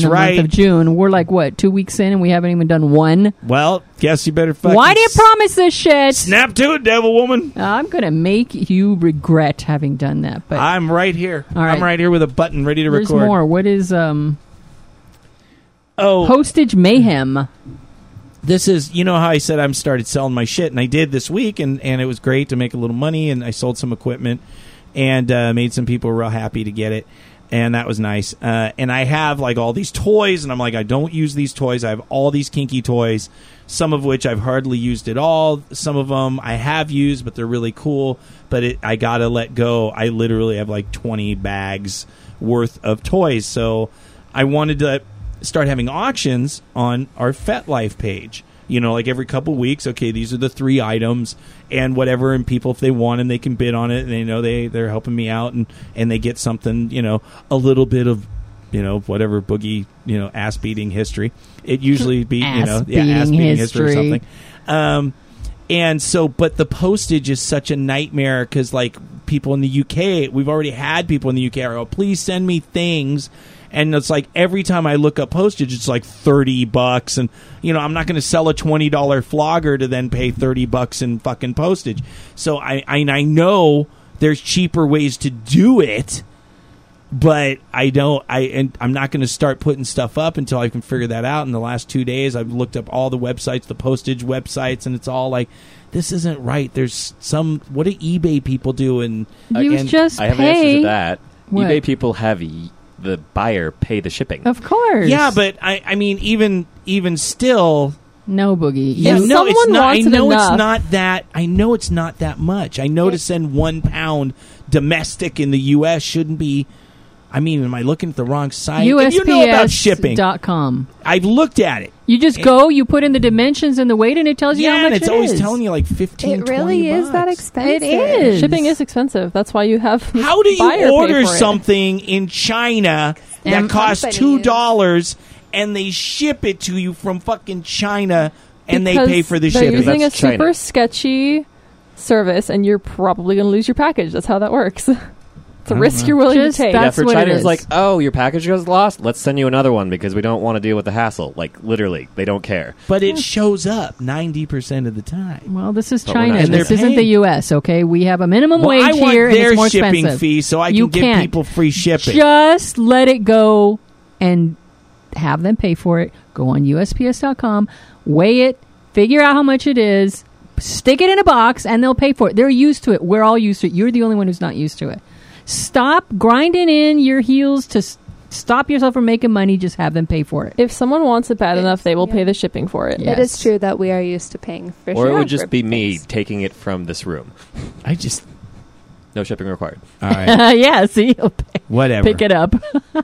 Speaker 2: the
Speaker 1: right.
Speaker 2: month of June. We're like what two weeks in, and we haven't even done one.
Speaker 1: Well, guess you better fucking
Speaker 2: Why do you
Speaker 1: s-
Speaker 2: promise this shit?
Speaker 1: Snap to it, devil woman.
Speaker 2: I'm gonna make you regret having done that. But
Speaker 1: I'm right here.
Speaker 2: All right.
Speaker 1: I'm right here with a button ready to
Speaker 2: there's
Speaker 1: record.
Speaker 2: more. What is um
Speaker 1: Oh,
Speaker 2: postage mayhem?
Speaker 1: this is you know how I said I'm started selling my shit, and I did this week, and and it was great to make a little money, and I sold some equipment, and uh, made some people real happy to get it, and that was nice. Uh, and I have like all these toys, and I'm like I don't use these toys. I have all these kinky toys, some of which I've hardly used at all. Some of them I have used, but they're really cool. But it, I gotta let go. I literally have like 20 bags worth of toys, so I wanted to start having auctions on our FetLife page. You know, like every couple weeks, okay, these are the three items and whatever, and people if they want them, they can bid on it, and they know they they're helping me out, and and they get something, you know, a little bit of, you know, whatever boogie, you know, ass beating history. It usually be you know, yeah, ass
Speaker 2: Ass-beating
Speaker 1: beating history or
Speaker 2: history.
Speaker 1: something. Um, and so, but the postage is such a nightmare because, like, people in the UK, we've already had people in the UK are, oh, please send me things. And it's like every time I look up postage, it's like 30 bucks. And, you know, I'm not going to sell a $20 flogger to then pay 30 bucks in fucking postage. So I, I, and I know there's cheaper ways to do it but I don't. I and I'm not going to start putting stuff up until I can figure that out. In the last two days, I've looked up all the websites, the postage websites, and it's all like, this isn't right. There's some. What do eBay people do? And
Speaker 2: you
Speaker 1: and-
Speaker 2: just
Speaker 6: I have an answer
Speaker 2: pay.
Speaker 6: to that.
Speaker 2: What? Oh,
Speaker 6: eBay people have y- the buyer pay the shipping.
Speaker 2: Of course.
Speaker 1: yeah, but I, I mean, even even still,
Speaker 2: no boogie.
Speaker 1: you
Speaker 3: If
Speaker 1: know, it's
Speaker 3: someone
Speaker 1: not,
Speaker 3: wants
Speaker 1: I
Speaker 3: it
Speaker 1: know it's
Speaker 3: enough-
Speaker 1: not that. I know it's not that much. I know to send one pound domestic in the U.S. shouldn't be. I mean, am I looking at the wrong site? And You know about shipping.
Speaker 2: USPS.com.
Speaker 1: I've looked at it.
Speaker 2: You just go, you put in the dimensions and the weight, and it tells you
Speaker 1: yeah,
Speaker 2: how much
Speaker 1: and it's
Speaker 2: it
Speaker 1: always
Speaker 2: is.
Speaker 1: telling you like 15
Speaker 5: It really
Speaker 1: 20
Speaker 5: is that
Speaker 1: bucks.
Speaker 5: expensive.
Speaker 2: is.
Speaker 3: Shipping is expensive. That's why you have.
Speaker 1: (laughs) How do
Speaker 3: buyer pay
Speaker 1: you order
Speaker 3: for it.
Speaker 1: something in China that
Speaker 2: Them
Speaker 1: costs
Speaker 5: companies.
Speaker 1: $2 and they ship it to you from fucking China and
Speaker 3: Because
Speaker 1: they pay for the
Speaker 3: they're
Speaker 1: shipping?
Speaker 3: using
Speaker 6: That's
Speaker 3: a super
Speaker 6: China.
Speaker 3: sketchy service, and you're probably going to lose your package. That's how that works. (laughs) it's a risk you're willing
Speaker 2: Just
Speaker 3: to take.
Speaker 2: that-
Speaker 6: yeah,
Speaker 2: that's
Speaker 6: for
Speaker 2: what it
Speaker 6: China,
Speaker 2: is.
Speaker 6: it's like, oh, your package goes lost. Let's send you another one because we don't want to deal with the hassle. Like literally, they don't care.
Speaker 1: but it shows up 90% of the time.
Speaker 2: Well, this is
Speaker 6: But we're
Speaker 2: China.
Speaker 6: not
Speaker 2: and This
Speaker 1: shipping.
Speaker 2: isn't the U.S., okay? We have a minimum
Speaker 1: Well,
Speaker 2: wage
Speaker 1: I want
Speaker 2: here, and
Speaker 1: their
Speaker 2: it's more
Speaker 1: shipping
Speaker 2: expensive.
Speaker 1: fee so I
Speaker 2: You
Speaker 1: can give
Speaker 2: can't.
Speaker 1: people free shipping.
Speaker 2: Just let it go and have them pay for it. Go on USPS.com, weigh it, figure out how much it is, stick it in a box, and they'll pay for it. They're used to it. We're all used to it. You're the only one who's not used to it. Stop grinding in your heels to s- stop yourself from making money. Just have them pay for it.
Speaker 3: if someone wants it bad enough, they will pay the shipping for it.
Speaker 2: Yeah.
Speaker 5: It is true that we are used to paying for
Speaker 6: or it
Speaker 5: sure
Speaker 6: would just
Speaker 5: for
Speaker 6: be me
Speaker 5: things.
Speaker 6: taking it from this room.
Speaker 1: I just
Speaker 6: No shipping required.
Speaker 1: All right.
Speaker 2: (laughs) yeah, see, you'll p-
Speaker 1: Whatever.
Speaker 2: pick it up.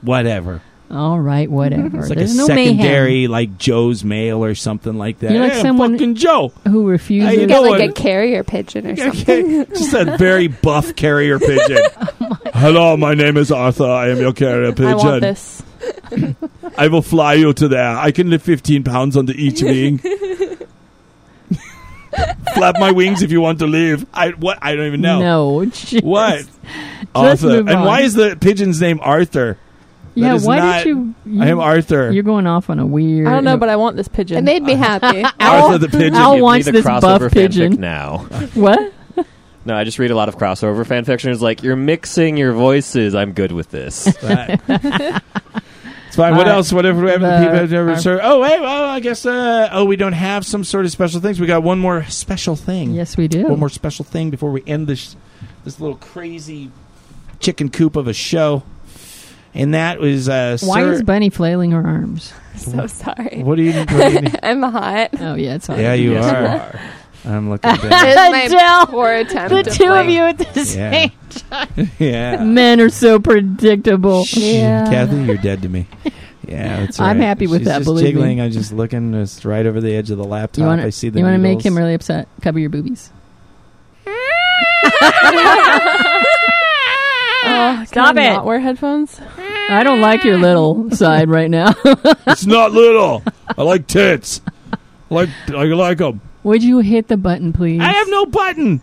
Speaker 1: Whatever.
Speaker 2: All right, whatever.
Speaker 1: It's like
Speaker 2: There's
Speaker 1: a
Speaker 2: no
Speaker 1: secondary
Speaker 2: mayhem.
Speaker 1: like Joe's mail or something like that.
Speaker 2: You're like
Speaker 1: Yeah,
Speaker 2: someone-
Speaker 1: fucking Joe.
Speaker 2: who
Speaker 1: Hey, you
Speaker 2: refuses.
Speaker 5: You get
Speaker 1: know
Speaker 5: like
Speaker 1: what?
Speaker 5: a carrier pigeon
Speaker 2: (laughs)
Speaker 5: or something.
Speaker 1: Okay. Just a very buff carrier pigeon.
Speaker 2: Oh
Speaker 1: Hello, my name is Arthur. I am your carrier
Speaker 3: I
Speaker 1: pigeon.
Speaker 3: want this.
Speaker 1: I will fly you to there. I can lift 15 pounds onto
Speaker 2: (laughs)
Speaker 1: each wing. (laughs) Flap my wings if you want to leave. I what? I don't even know.
Speaker 2: No, (laughs) just-
Speaker 1: What?
Speaker 2: just
Speaker 1: Arthur.
Speaker 2: move
Speaker 1: And
Speaker 2: on.
Speaker 1: why is the pigeon's name Arthur? That
Speaker 2: yeah?
Speaker 1: is
Speaker 2: Why
Speaker 1: not-
Speaker 2: did you? you
Speaker 1: I am Arthur.
Speaker 2: You're going off on a weird.
Speaker 3: I don't know, but I want this pigeon.
Speaker 5: It made me
Speaker 2: (laughs)
Speaker 5: happy.
Speaker 1: Arthur the pigeon.
Speaker 2: Owl
Speaker 6: Give me
Speaker 2: wants
Speaker 6: the
Speaker 2: this
Speaker 6: crossover
Speaker 2: buff
Speaker 6: fanfic
Speaker 2: pigeon.
Speaker 6: now.
Speaker 2: (laughs)
Speaker 6: (laughs)
Speaker 2: What?
Speaker 6: No, I just read a lot of crossover fan fiction. It's like you're mixing your voices. I'm good with this.
Speaker 1: Right. It's fine. What
Speaker 2: Uh,
Speaker 1: else? Whatever we have
Speaker 2: the-
Speaker 1: the people have never
Speaker 2: our-
Speaker 1: served. Oh, hey, well, I guess. Uh, oh, we don't have some sort of special things. We got one more special thing.
Speaker 2: Yes, we do.
Speaker 1: One more special thing before we end this this little crazy chicken coop of a show, and that was uh,
Speaker 2: Why
Speaker 1: Sir-
Speaker 2: is Bunny flailing her arms?
Speaker 5: (laughs) so sorry.
Speaker 1: What do
Speaker 2: (laughs)
Speaker 1: you? What do you
Speaker 5: I'm hot.
Speaker 2: Oh yeah, it's hard.
Speaker 1: yeah, you
Speaker 6: Yes,
Speaker 1: are. I'm looking. Down.
Speaker 2: (laughs)
Speaker 5: This is
Speaker 2: Adele,
Speaker 5: (laughs) my poor attempt.
Speaker 2: The
Speaker 5: to
Speaker 2: two of
Speaker 5: play.
Speaker 2: you at the
Speaker 1: Yeah.
Speaker 2: same. (laughs)
Speaker 1: yeah.
Speaker 2: Men are so predictable.
Speaker 1: Kathy, you're dead to me.
Speaker 2: (laughs)
Speaker 1: Yeah, that's
Speaker 2: I'm
Speaker 1: right.
Speaker 2: happy with
Speaker 1: She's
Speaker 2: that,
Speaker 1: Just
Speaker 2: believe me.
Speaker 1: jiggling. I'm just looking. It's right over the edge of the laptop.
Speaker 2: You want
Speaker 1: I see
Speaker 2: to?
Speaker 1: the.
Speaker 2: You want to make
Speaker 1: needles.
Speaker 2: him really upset? Cover your
Speaker 3: (laughs)
Speaker 2: boobies. (laughs)
Speaker 3: Oh,
Speaker 2: Stop
Speaker 3: can I
Speaker 2: it.
Speaker 3: Not wear headphones.
Speaker 2: I don't like your little side right now. (laughs)
Speaker 1: It's not little. I like tits. I like I like them.
Speaker 2: Would you hit the button, please?
Speaker 1: I have no button.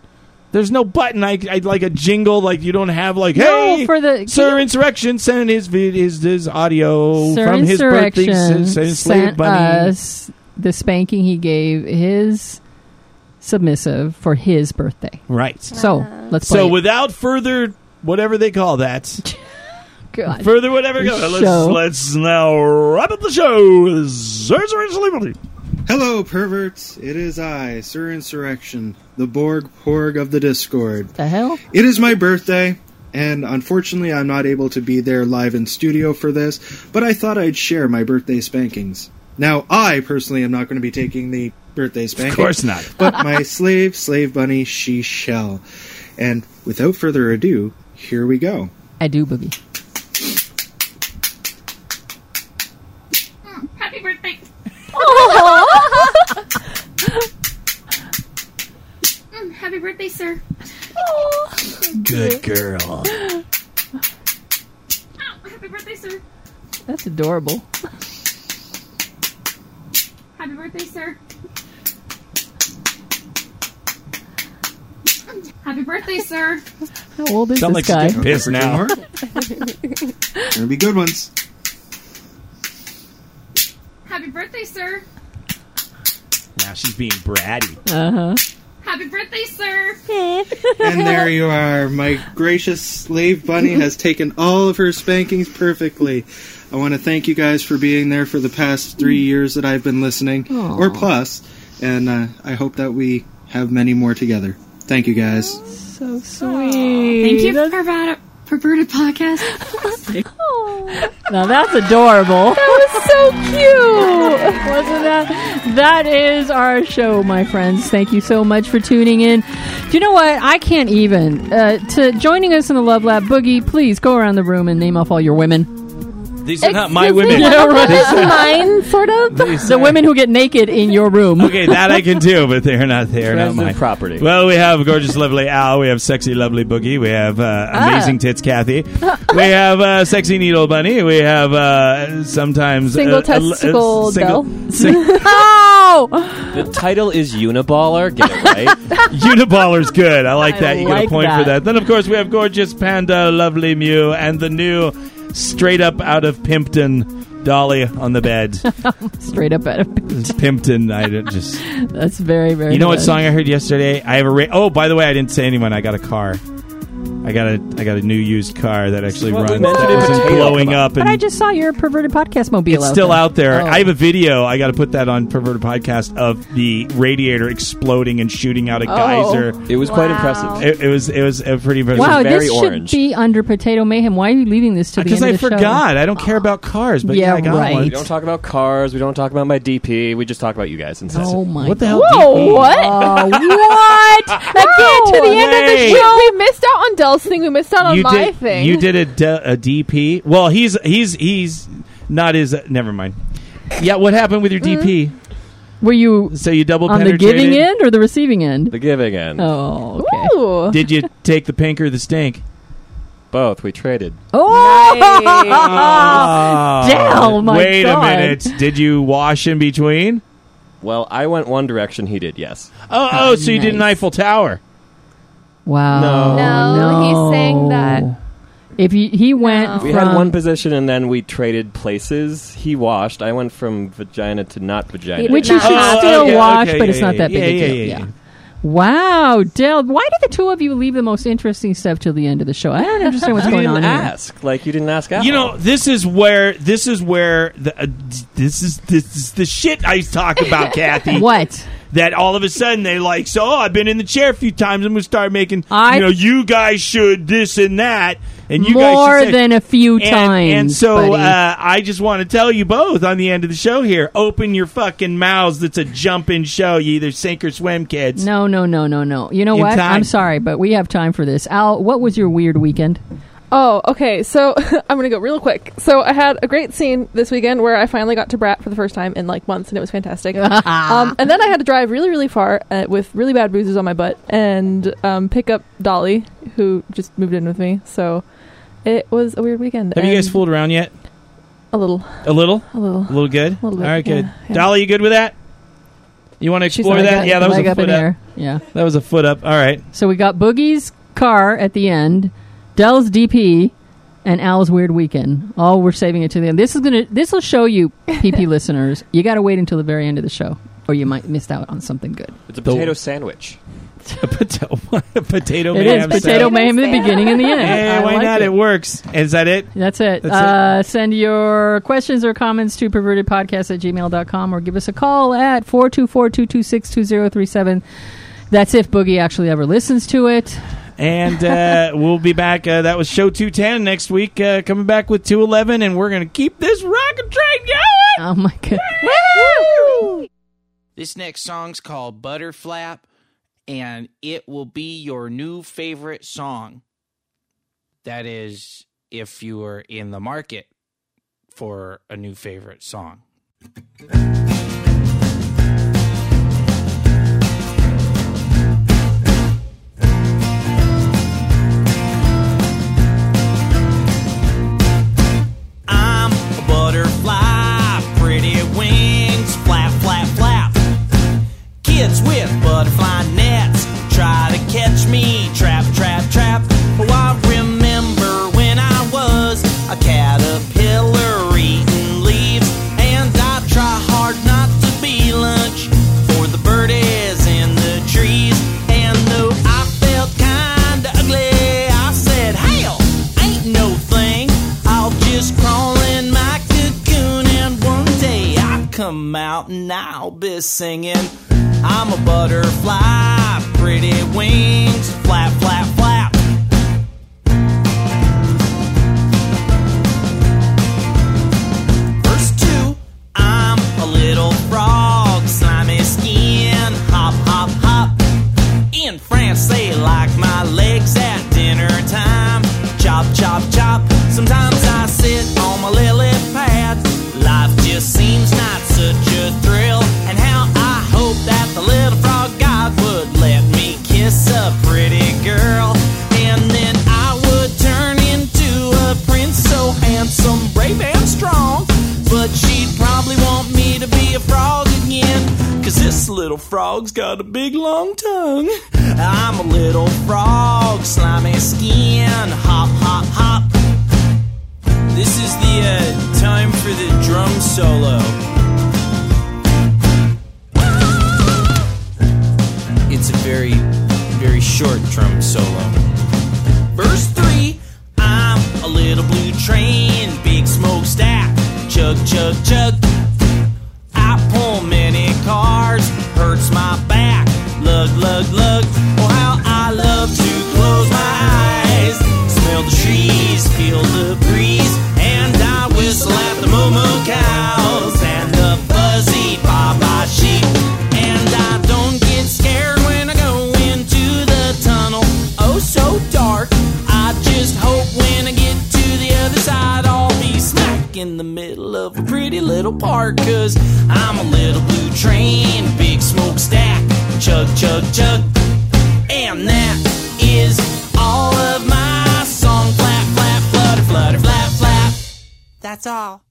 Speaker 1: There's no button. I, I like a jingle. Like you don't have like
Speaker 2: No,
Speaker 1: hey
Speaker 2: for the-
Speaker 1: sir insurrection send his vid his, his audio
Speaker 2: Sir
Speaker 1: from his birthday
Speaker 2: Insurrection
Speaker 1: s- s- slave
Speaker 2: sent
Speaker 1: bunny.
Speaker 2: us the spanking he gave his submissive for his birthday.
Speaker 1: Right.
Speaker 2: So let's play.
Speaker 1: So
Speaker 2: it.
Speaker 1: without further whatever they call that,
Speaker 2: God.
Speaker 1: further whatever goes, let's
Speaker 2: Show.
Speaker 1: let's now wrap up the show. with Sir Insurrection Slave Bunny.
Speaker 10: Hello, perverts. It is I, Sir Insurrection, the Borg Porg of the Discord.
Speaker 2: the hell?
Speaker 10: It is my birthday, and unfortunately, I'm not able to be there live in studio for this, but I thought I'd share my birthday spankings. Now, I personally am not going to be taking the birthday spanking.
Speaker 1: Of course not.
Speaker 10: (laughs) But my slave, Slave Bunny, she shall. And without further ado, here we go.
Speaker 2: I do, boogie.
Speaker 11: Happy birthday. Mm, happy birthday, sir.
Speaker 1: Good girl.
Speaker 11: Ow, happy birthday, sir.
Speaker 2: That's adorable.
Speaker 11: Happy birthday, sir. Mm, Happy birthday, sir.
Speaker 2: How old is
Speaker 1: Sound like she's
Speaker 2: this guy?
Speaker 1: getting pissed now.
Speaker 10: Gonna be good ones.
Speaker 11: Happy birthday, sir.
Speaker 1: Now she's being bratty.
Speaker 11: Happy birthday, sir.
Speaker 10: And there you are. My gracious slave bunny has taken all of her spankings perfectly. I want to thank you guys for being there for the past three years that I've been listening, or plus, and uh, I hope that we have many more together. Thank you guys.
Speaker 2: So sweet.
Speaker 11: Thank you for perverted, perverted podcast.
Speaker 2: Now that's adorable. That was so cute. (laughs) Wasn't that? That is our show, my friends. Thank you so much for tuning in. Do you know what? I can't even. Uh, to joining us in the Love Lab, Boogie, please go around the room and name off all your women.
Speaker 1: These are not my
Speaker 3: Excuse me,
Speaker 1: women.
Speaker 3: one of
Speaker 2: (laughs)
Speaker 3: them
Speaker 2: Yeah,
Speaker 3: is mine, sort
Speaker 2: (laughs)
Speaker 3: of.
Speaker 2: (laughs) The women who get naked in your room.
Speaker 1: Okay, that I can do, but they're not there. Not
Speaker 6: Resident
Speaker 1: mine.
Speaker 6: property.
Speaker 1: Well, we have gorgeous, lovely Al. We have sexy, lovely Boogie. We have uh,
Speaker 3: Ah.
Speaker 1: amazing tits, Kathy. we have uh, sexy needle bunny. We have uh, sometimes
Speaker 3: Single
Speaker 1: uh, a l- a
Speaker 3: testicle
Speaker 1: single-
Speaker 3: Belle.
Speaker 1: sing-
Speaker 2: (laughs) Oh,
Speaker 6: The title is Uniballer. Get it
Speaker 2: (laughs)
Speaker 6: right.
Speaker 1: (laughs) Uniballer's good. I like
Speaker 2: I
Speaker 1: that. you get a
Speaker 2: like
Speaker 1: point for
Speaker 2: that.
Speaker 1: that. Then, of course, we have gorgeous panda, lovely Mew, and the new straight up out of Pimpton Dolly on the
Speaker 2: (laughs)
Speaker 1: bed.
Speaker 2: straight up out of
Speaker 1: It's Pimpton. I didn't just.
Speaker 2: That's very very.
Speaker 1: You know what
Speaker 2: good.
Speaker 1: song I heard yesterday? I have a ra- oh, by the way, I didn't say anyone. I got a car. I got a I got a new used car that actually
Speaker 6: Well, we
Speaker 1: runs
Speaker 6: mentioned it
Speaker 1: that
Speaker 6: was
Speaker 1: isn't
Speaker 6: a tail.
Speaker 1: blowing up
Speaker 2: But I
Speaker 1: and
Speaker 2: just saw your perverted podcast mobile.
Speaker 1: it's still out there.
Speaker 2: Oh.
Speaker 1: I have a video. I got to put that on Perverted Podcast of the radiator exploding and shooting out a
Speaker 2: Oh.
Speaker 1: geyser.
Speaker 6: It was quite
Speaker 5: Wow.
Speaker 6: impressive.
Speaker 1: It, it was it was a pretty impressive.
Speaker 2: Wow,
Speaker 6: It's very
Speaker 2: this
Speaker 6: orange.
Speaker 2: should be under Potato Mayhem. Why are you leading this to the
Speaker 1: Because Uh,
Speaker 2: end
Speaker 1: I
Speaker 2: of the show?
Speaker 1: forgot. I don't care about cars, but yeah,
Speaker 2: Yeah,
Speaker 1: I got
Speaker 2: right.
Speaker 6: We
Speaker 1: one.
Speaker 6: don't talk about cars. We don't talk about my DP. We just talk about you guys instead.
Speaker 2: Oh my!
Speaker 1: What the hell?
Speaker 3: Whoa,
Speaker 1: DP?
Speaker 3: (laughs) what?
Speaker 2: Oh, what?
Speaker 3: Again, to the end
Speaker 1: Wait.
Speaker 3: of the show, we missed out on Dell's thing. We missed out on
Speaker 1: you
Speaker 3: Oh, my
Speaker 1: did,
Speaker 3: thing.
Speaker 1: You did a, de- a DP. Well, he's he's he's not his. never mind. Yeah, what happened with your DP?
Speaker 2: Were you
Speaker 1: So you double
Speaker 2: Mm. on the
Speaker 1: penetrated.
Speaker 2: giving end or the receiving end?
Speaker 6: The giving end.
Speaker 2: Oh, okay.
Speaker 3: Ooh.
Speaker 1: Did you take the pink or the
Speaker 2: (laughs)
Speaker 1: stink?
Speaker 6: Both. We traded.
Speaker 2: Oh,
Speaker 1: Oh,
Speaker 2: Damn, my
Speaker 1: Wait
Speaker 2: God.
Speaker 1: a minute. Did you wash in between?
Speaker 6: Well, I went one direction. He did. Yes.
Speaker 1: Oh, oh, so you did an
Speaker 2: nice.
Speaker 1: Eiffel Tower.
Speaker 2: (laughs) wow!
Speaker 5: No, he
Speaker 2: Oh, no.
Speaker 5: sang that.
Speaker 2: If he he went
Speaker 5: No.
Speaker 2: from
Speaker 6: We had one position, and then we traded places. He washed. I went from vagina to not vagina.
Speaker 2: which you
Speaker 5: No.
Speaker 2: should
Speaker 5: Oh,
Speaker 2: still
Speaker 1: okay,
Speaker 2: watch,
Speaker 1: okay,
Speaker 2: but
Speaker 1: yeah,
Speaker 2: it's not
Speaker 1: yeah,
Speaker 2: that big
Speaker 1: yeah,
Speaker 2: a deal.
Speaker 1: yeah, yeah, yeah.
Speaker 2: Wow, Dell, why did the two of you leave the most interesting stuff till the end of the show? I don't
Speaker 1: (laughs)
Speaker 2: understand what's
Speaker 6: you
Speaker 2: going
Speaker 6: didn't
Speaker 2: on here.
Speaker 6: ask. Like you didn't ask. At
Speaker 1: You
Speaker 6: all.
Speaker 1: know, this is where this is where the uh, this is this is the shit I talk about, Kathy.
Speaker 2: What?
Speaker 1: that all of a sudden they like, so oh, I've been in the chair a few times. I'm going to start making,
Speaker 2: I-
Speaker 1: you know, you guys should this and that, and you guys
Speaker 2: More
Speaker 1: should say-
Speaker 2: than a few
Speaker 1: and,
Speaker 2: times.
Speaker 1: And so
Speaker 2: buddy.
Speaker 1: uh, I just want to tell you both on the end of the show here: open your fucking mouths. It's a jumping show. You either sink or swim, kids.
Speaker 2: No, no, no, no, no. You know
Speaker 1: In
Speaker 2: what?
Speaker 1: time.
Speaker 2: I'm sorry, but we have time for this. Al, what was your weird weekend?
Speaker 3: Oh, okay. So (laughs) I'm gonna go real quick. So I had a great scene this weekend where I finally got to Brat for the first time in like months, and it was (laughs) fantastic. um, and then I had to drive really, really far uh, with really bad bruises on my butt and um, pick up Dolly, who just moved in with me. So it was a weird weekend.
Speaker 1: Have you
Speaker 3: and
Speaker 2: um,
Speaker 1: guys fooled around yet?
Speaker 3: a little,
Speaker 1: A little,
Speaker 3: a little?
Speaker 1: a little good.
Speaker 3: little bit,
Speaker 1: All right, good.
Speaker 3: yeah, yeah.
Speaker 1: Dolly, you good with that? You want to
Speaker 2: She's
Speaker 1: explore
Speaker 2: leg
Speaker 1: that?
Speaker 2: up-
Speaker 1: yeah, that was
Speaker 2: leg
Speaker 1: a
Speaker 2: up
Speaker 1: foot
Speaker 2: in
Speaker 1: up.
Speaker 2: air. Yeah.
Speaker 1: That was a foot up. All right. (laughs)
Speaker 2: So we got Boogie's car at the end, Dell's DP, and Al's weird weekend. All we're saving it to the end. This is gonna. This will show you, PP listeners. You got to wait until the very end of the show, or you might miss out on something good.
Speaker 6: It's a potato sandwich.
Speaker 1: A
Speaker 2: (laughs)
Speaker 1: potato, a potato
Speaker 2: It
Speaker 1: mayhem.
Speaker 2: is potato
Speaker 1: sandwich.
Speaker 2: mayhem at the beginning and the end.
Speaker 1: Hey,
Speaker 2: I
Speaker 1: why
Speaker 2: like
Speaker 1: not?
Speaker 2: it.
Speaker 1: It. works. Is that it?
Speaker 2: That's it.
Speaker 1: That's
Speaker 2: uh, Send your questions or comments to pervertedpodcast at gmail.com or give us a call at 424 226 2037. That's if Boogie actually ever listens to it.
Speaker 1: And uh, we'll be back. Uh, that was show 210 next week. Uh, coming back with 211, and we're going to keep this rocket train going.
Speaker 2: Oh, my (laughs) God.
Speaker 12: This next song's called Butterflap, and it will be your new favorite song. That is, if you are in the market for a new favorite song.
Speaker 9: I'm a butterfly, pretty wings, flap, flap, flap. Kids with butterfly nets try to catch me, trap, trap, trap. Oh, I remember when I was a caterpillar eating leaves, and I try hard not to be lunch for the birdies in the trees. And though I felt kinda ugly, I said, Hell, ain't no thing. I'll just crawl in my cocoon and one day I come out and I'll be singing. I'm a butterfly, pretty wings, flap, flap, flap. Verse two, I'm a little frog, slimy skin, hop, hop, hop. In France, they like my legs at dinner time. Chop, chop, chop. Sometimes I sit on my lily pad. Life just seems not such a thrill. And how I hope that the little frog god would let me kiss a pretty girl. And then I would turn into a prince so handsome, brave, and strong. But she'd probably want me to be a frog again. Cause this little frog's got a big long tongue. I'm a little frog, slimy skin, hop, hop, hop. This is the uh, time for the drum solo. It's a very, very short drum solo. Verse 3 I'm a little blue train, big smokestack, chug, chug, chug. I pull many cars, hurts my back. Lug, lug, lug. Oh, how I love to close my eyes. Smell the trees, feel the breeze, and I whistle at the moo moo cows and the fuzzy baba sheep. And I don't get scared when I go into the tunnel. Oh, so dark. I just hope when I get to the other side, I'll be smack in the middle of a pretty little park. Cause I'm a little blue train, big smokestack, chug, chug, chug. And that is all of my song. Flap, flap, flutter, flutter, flap, flap. That's all.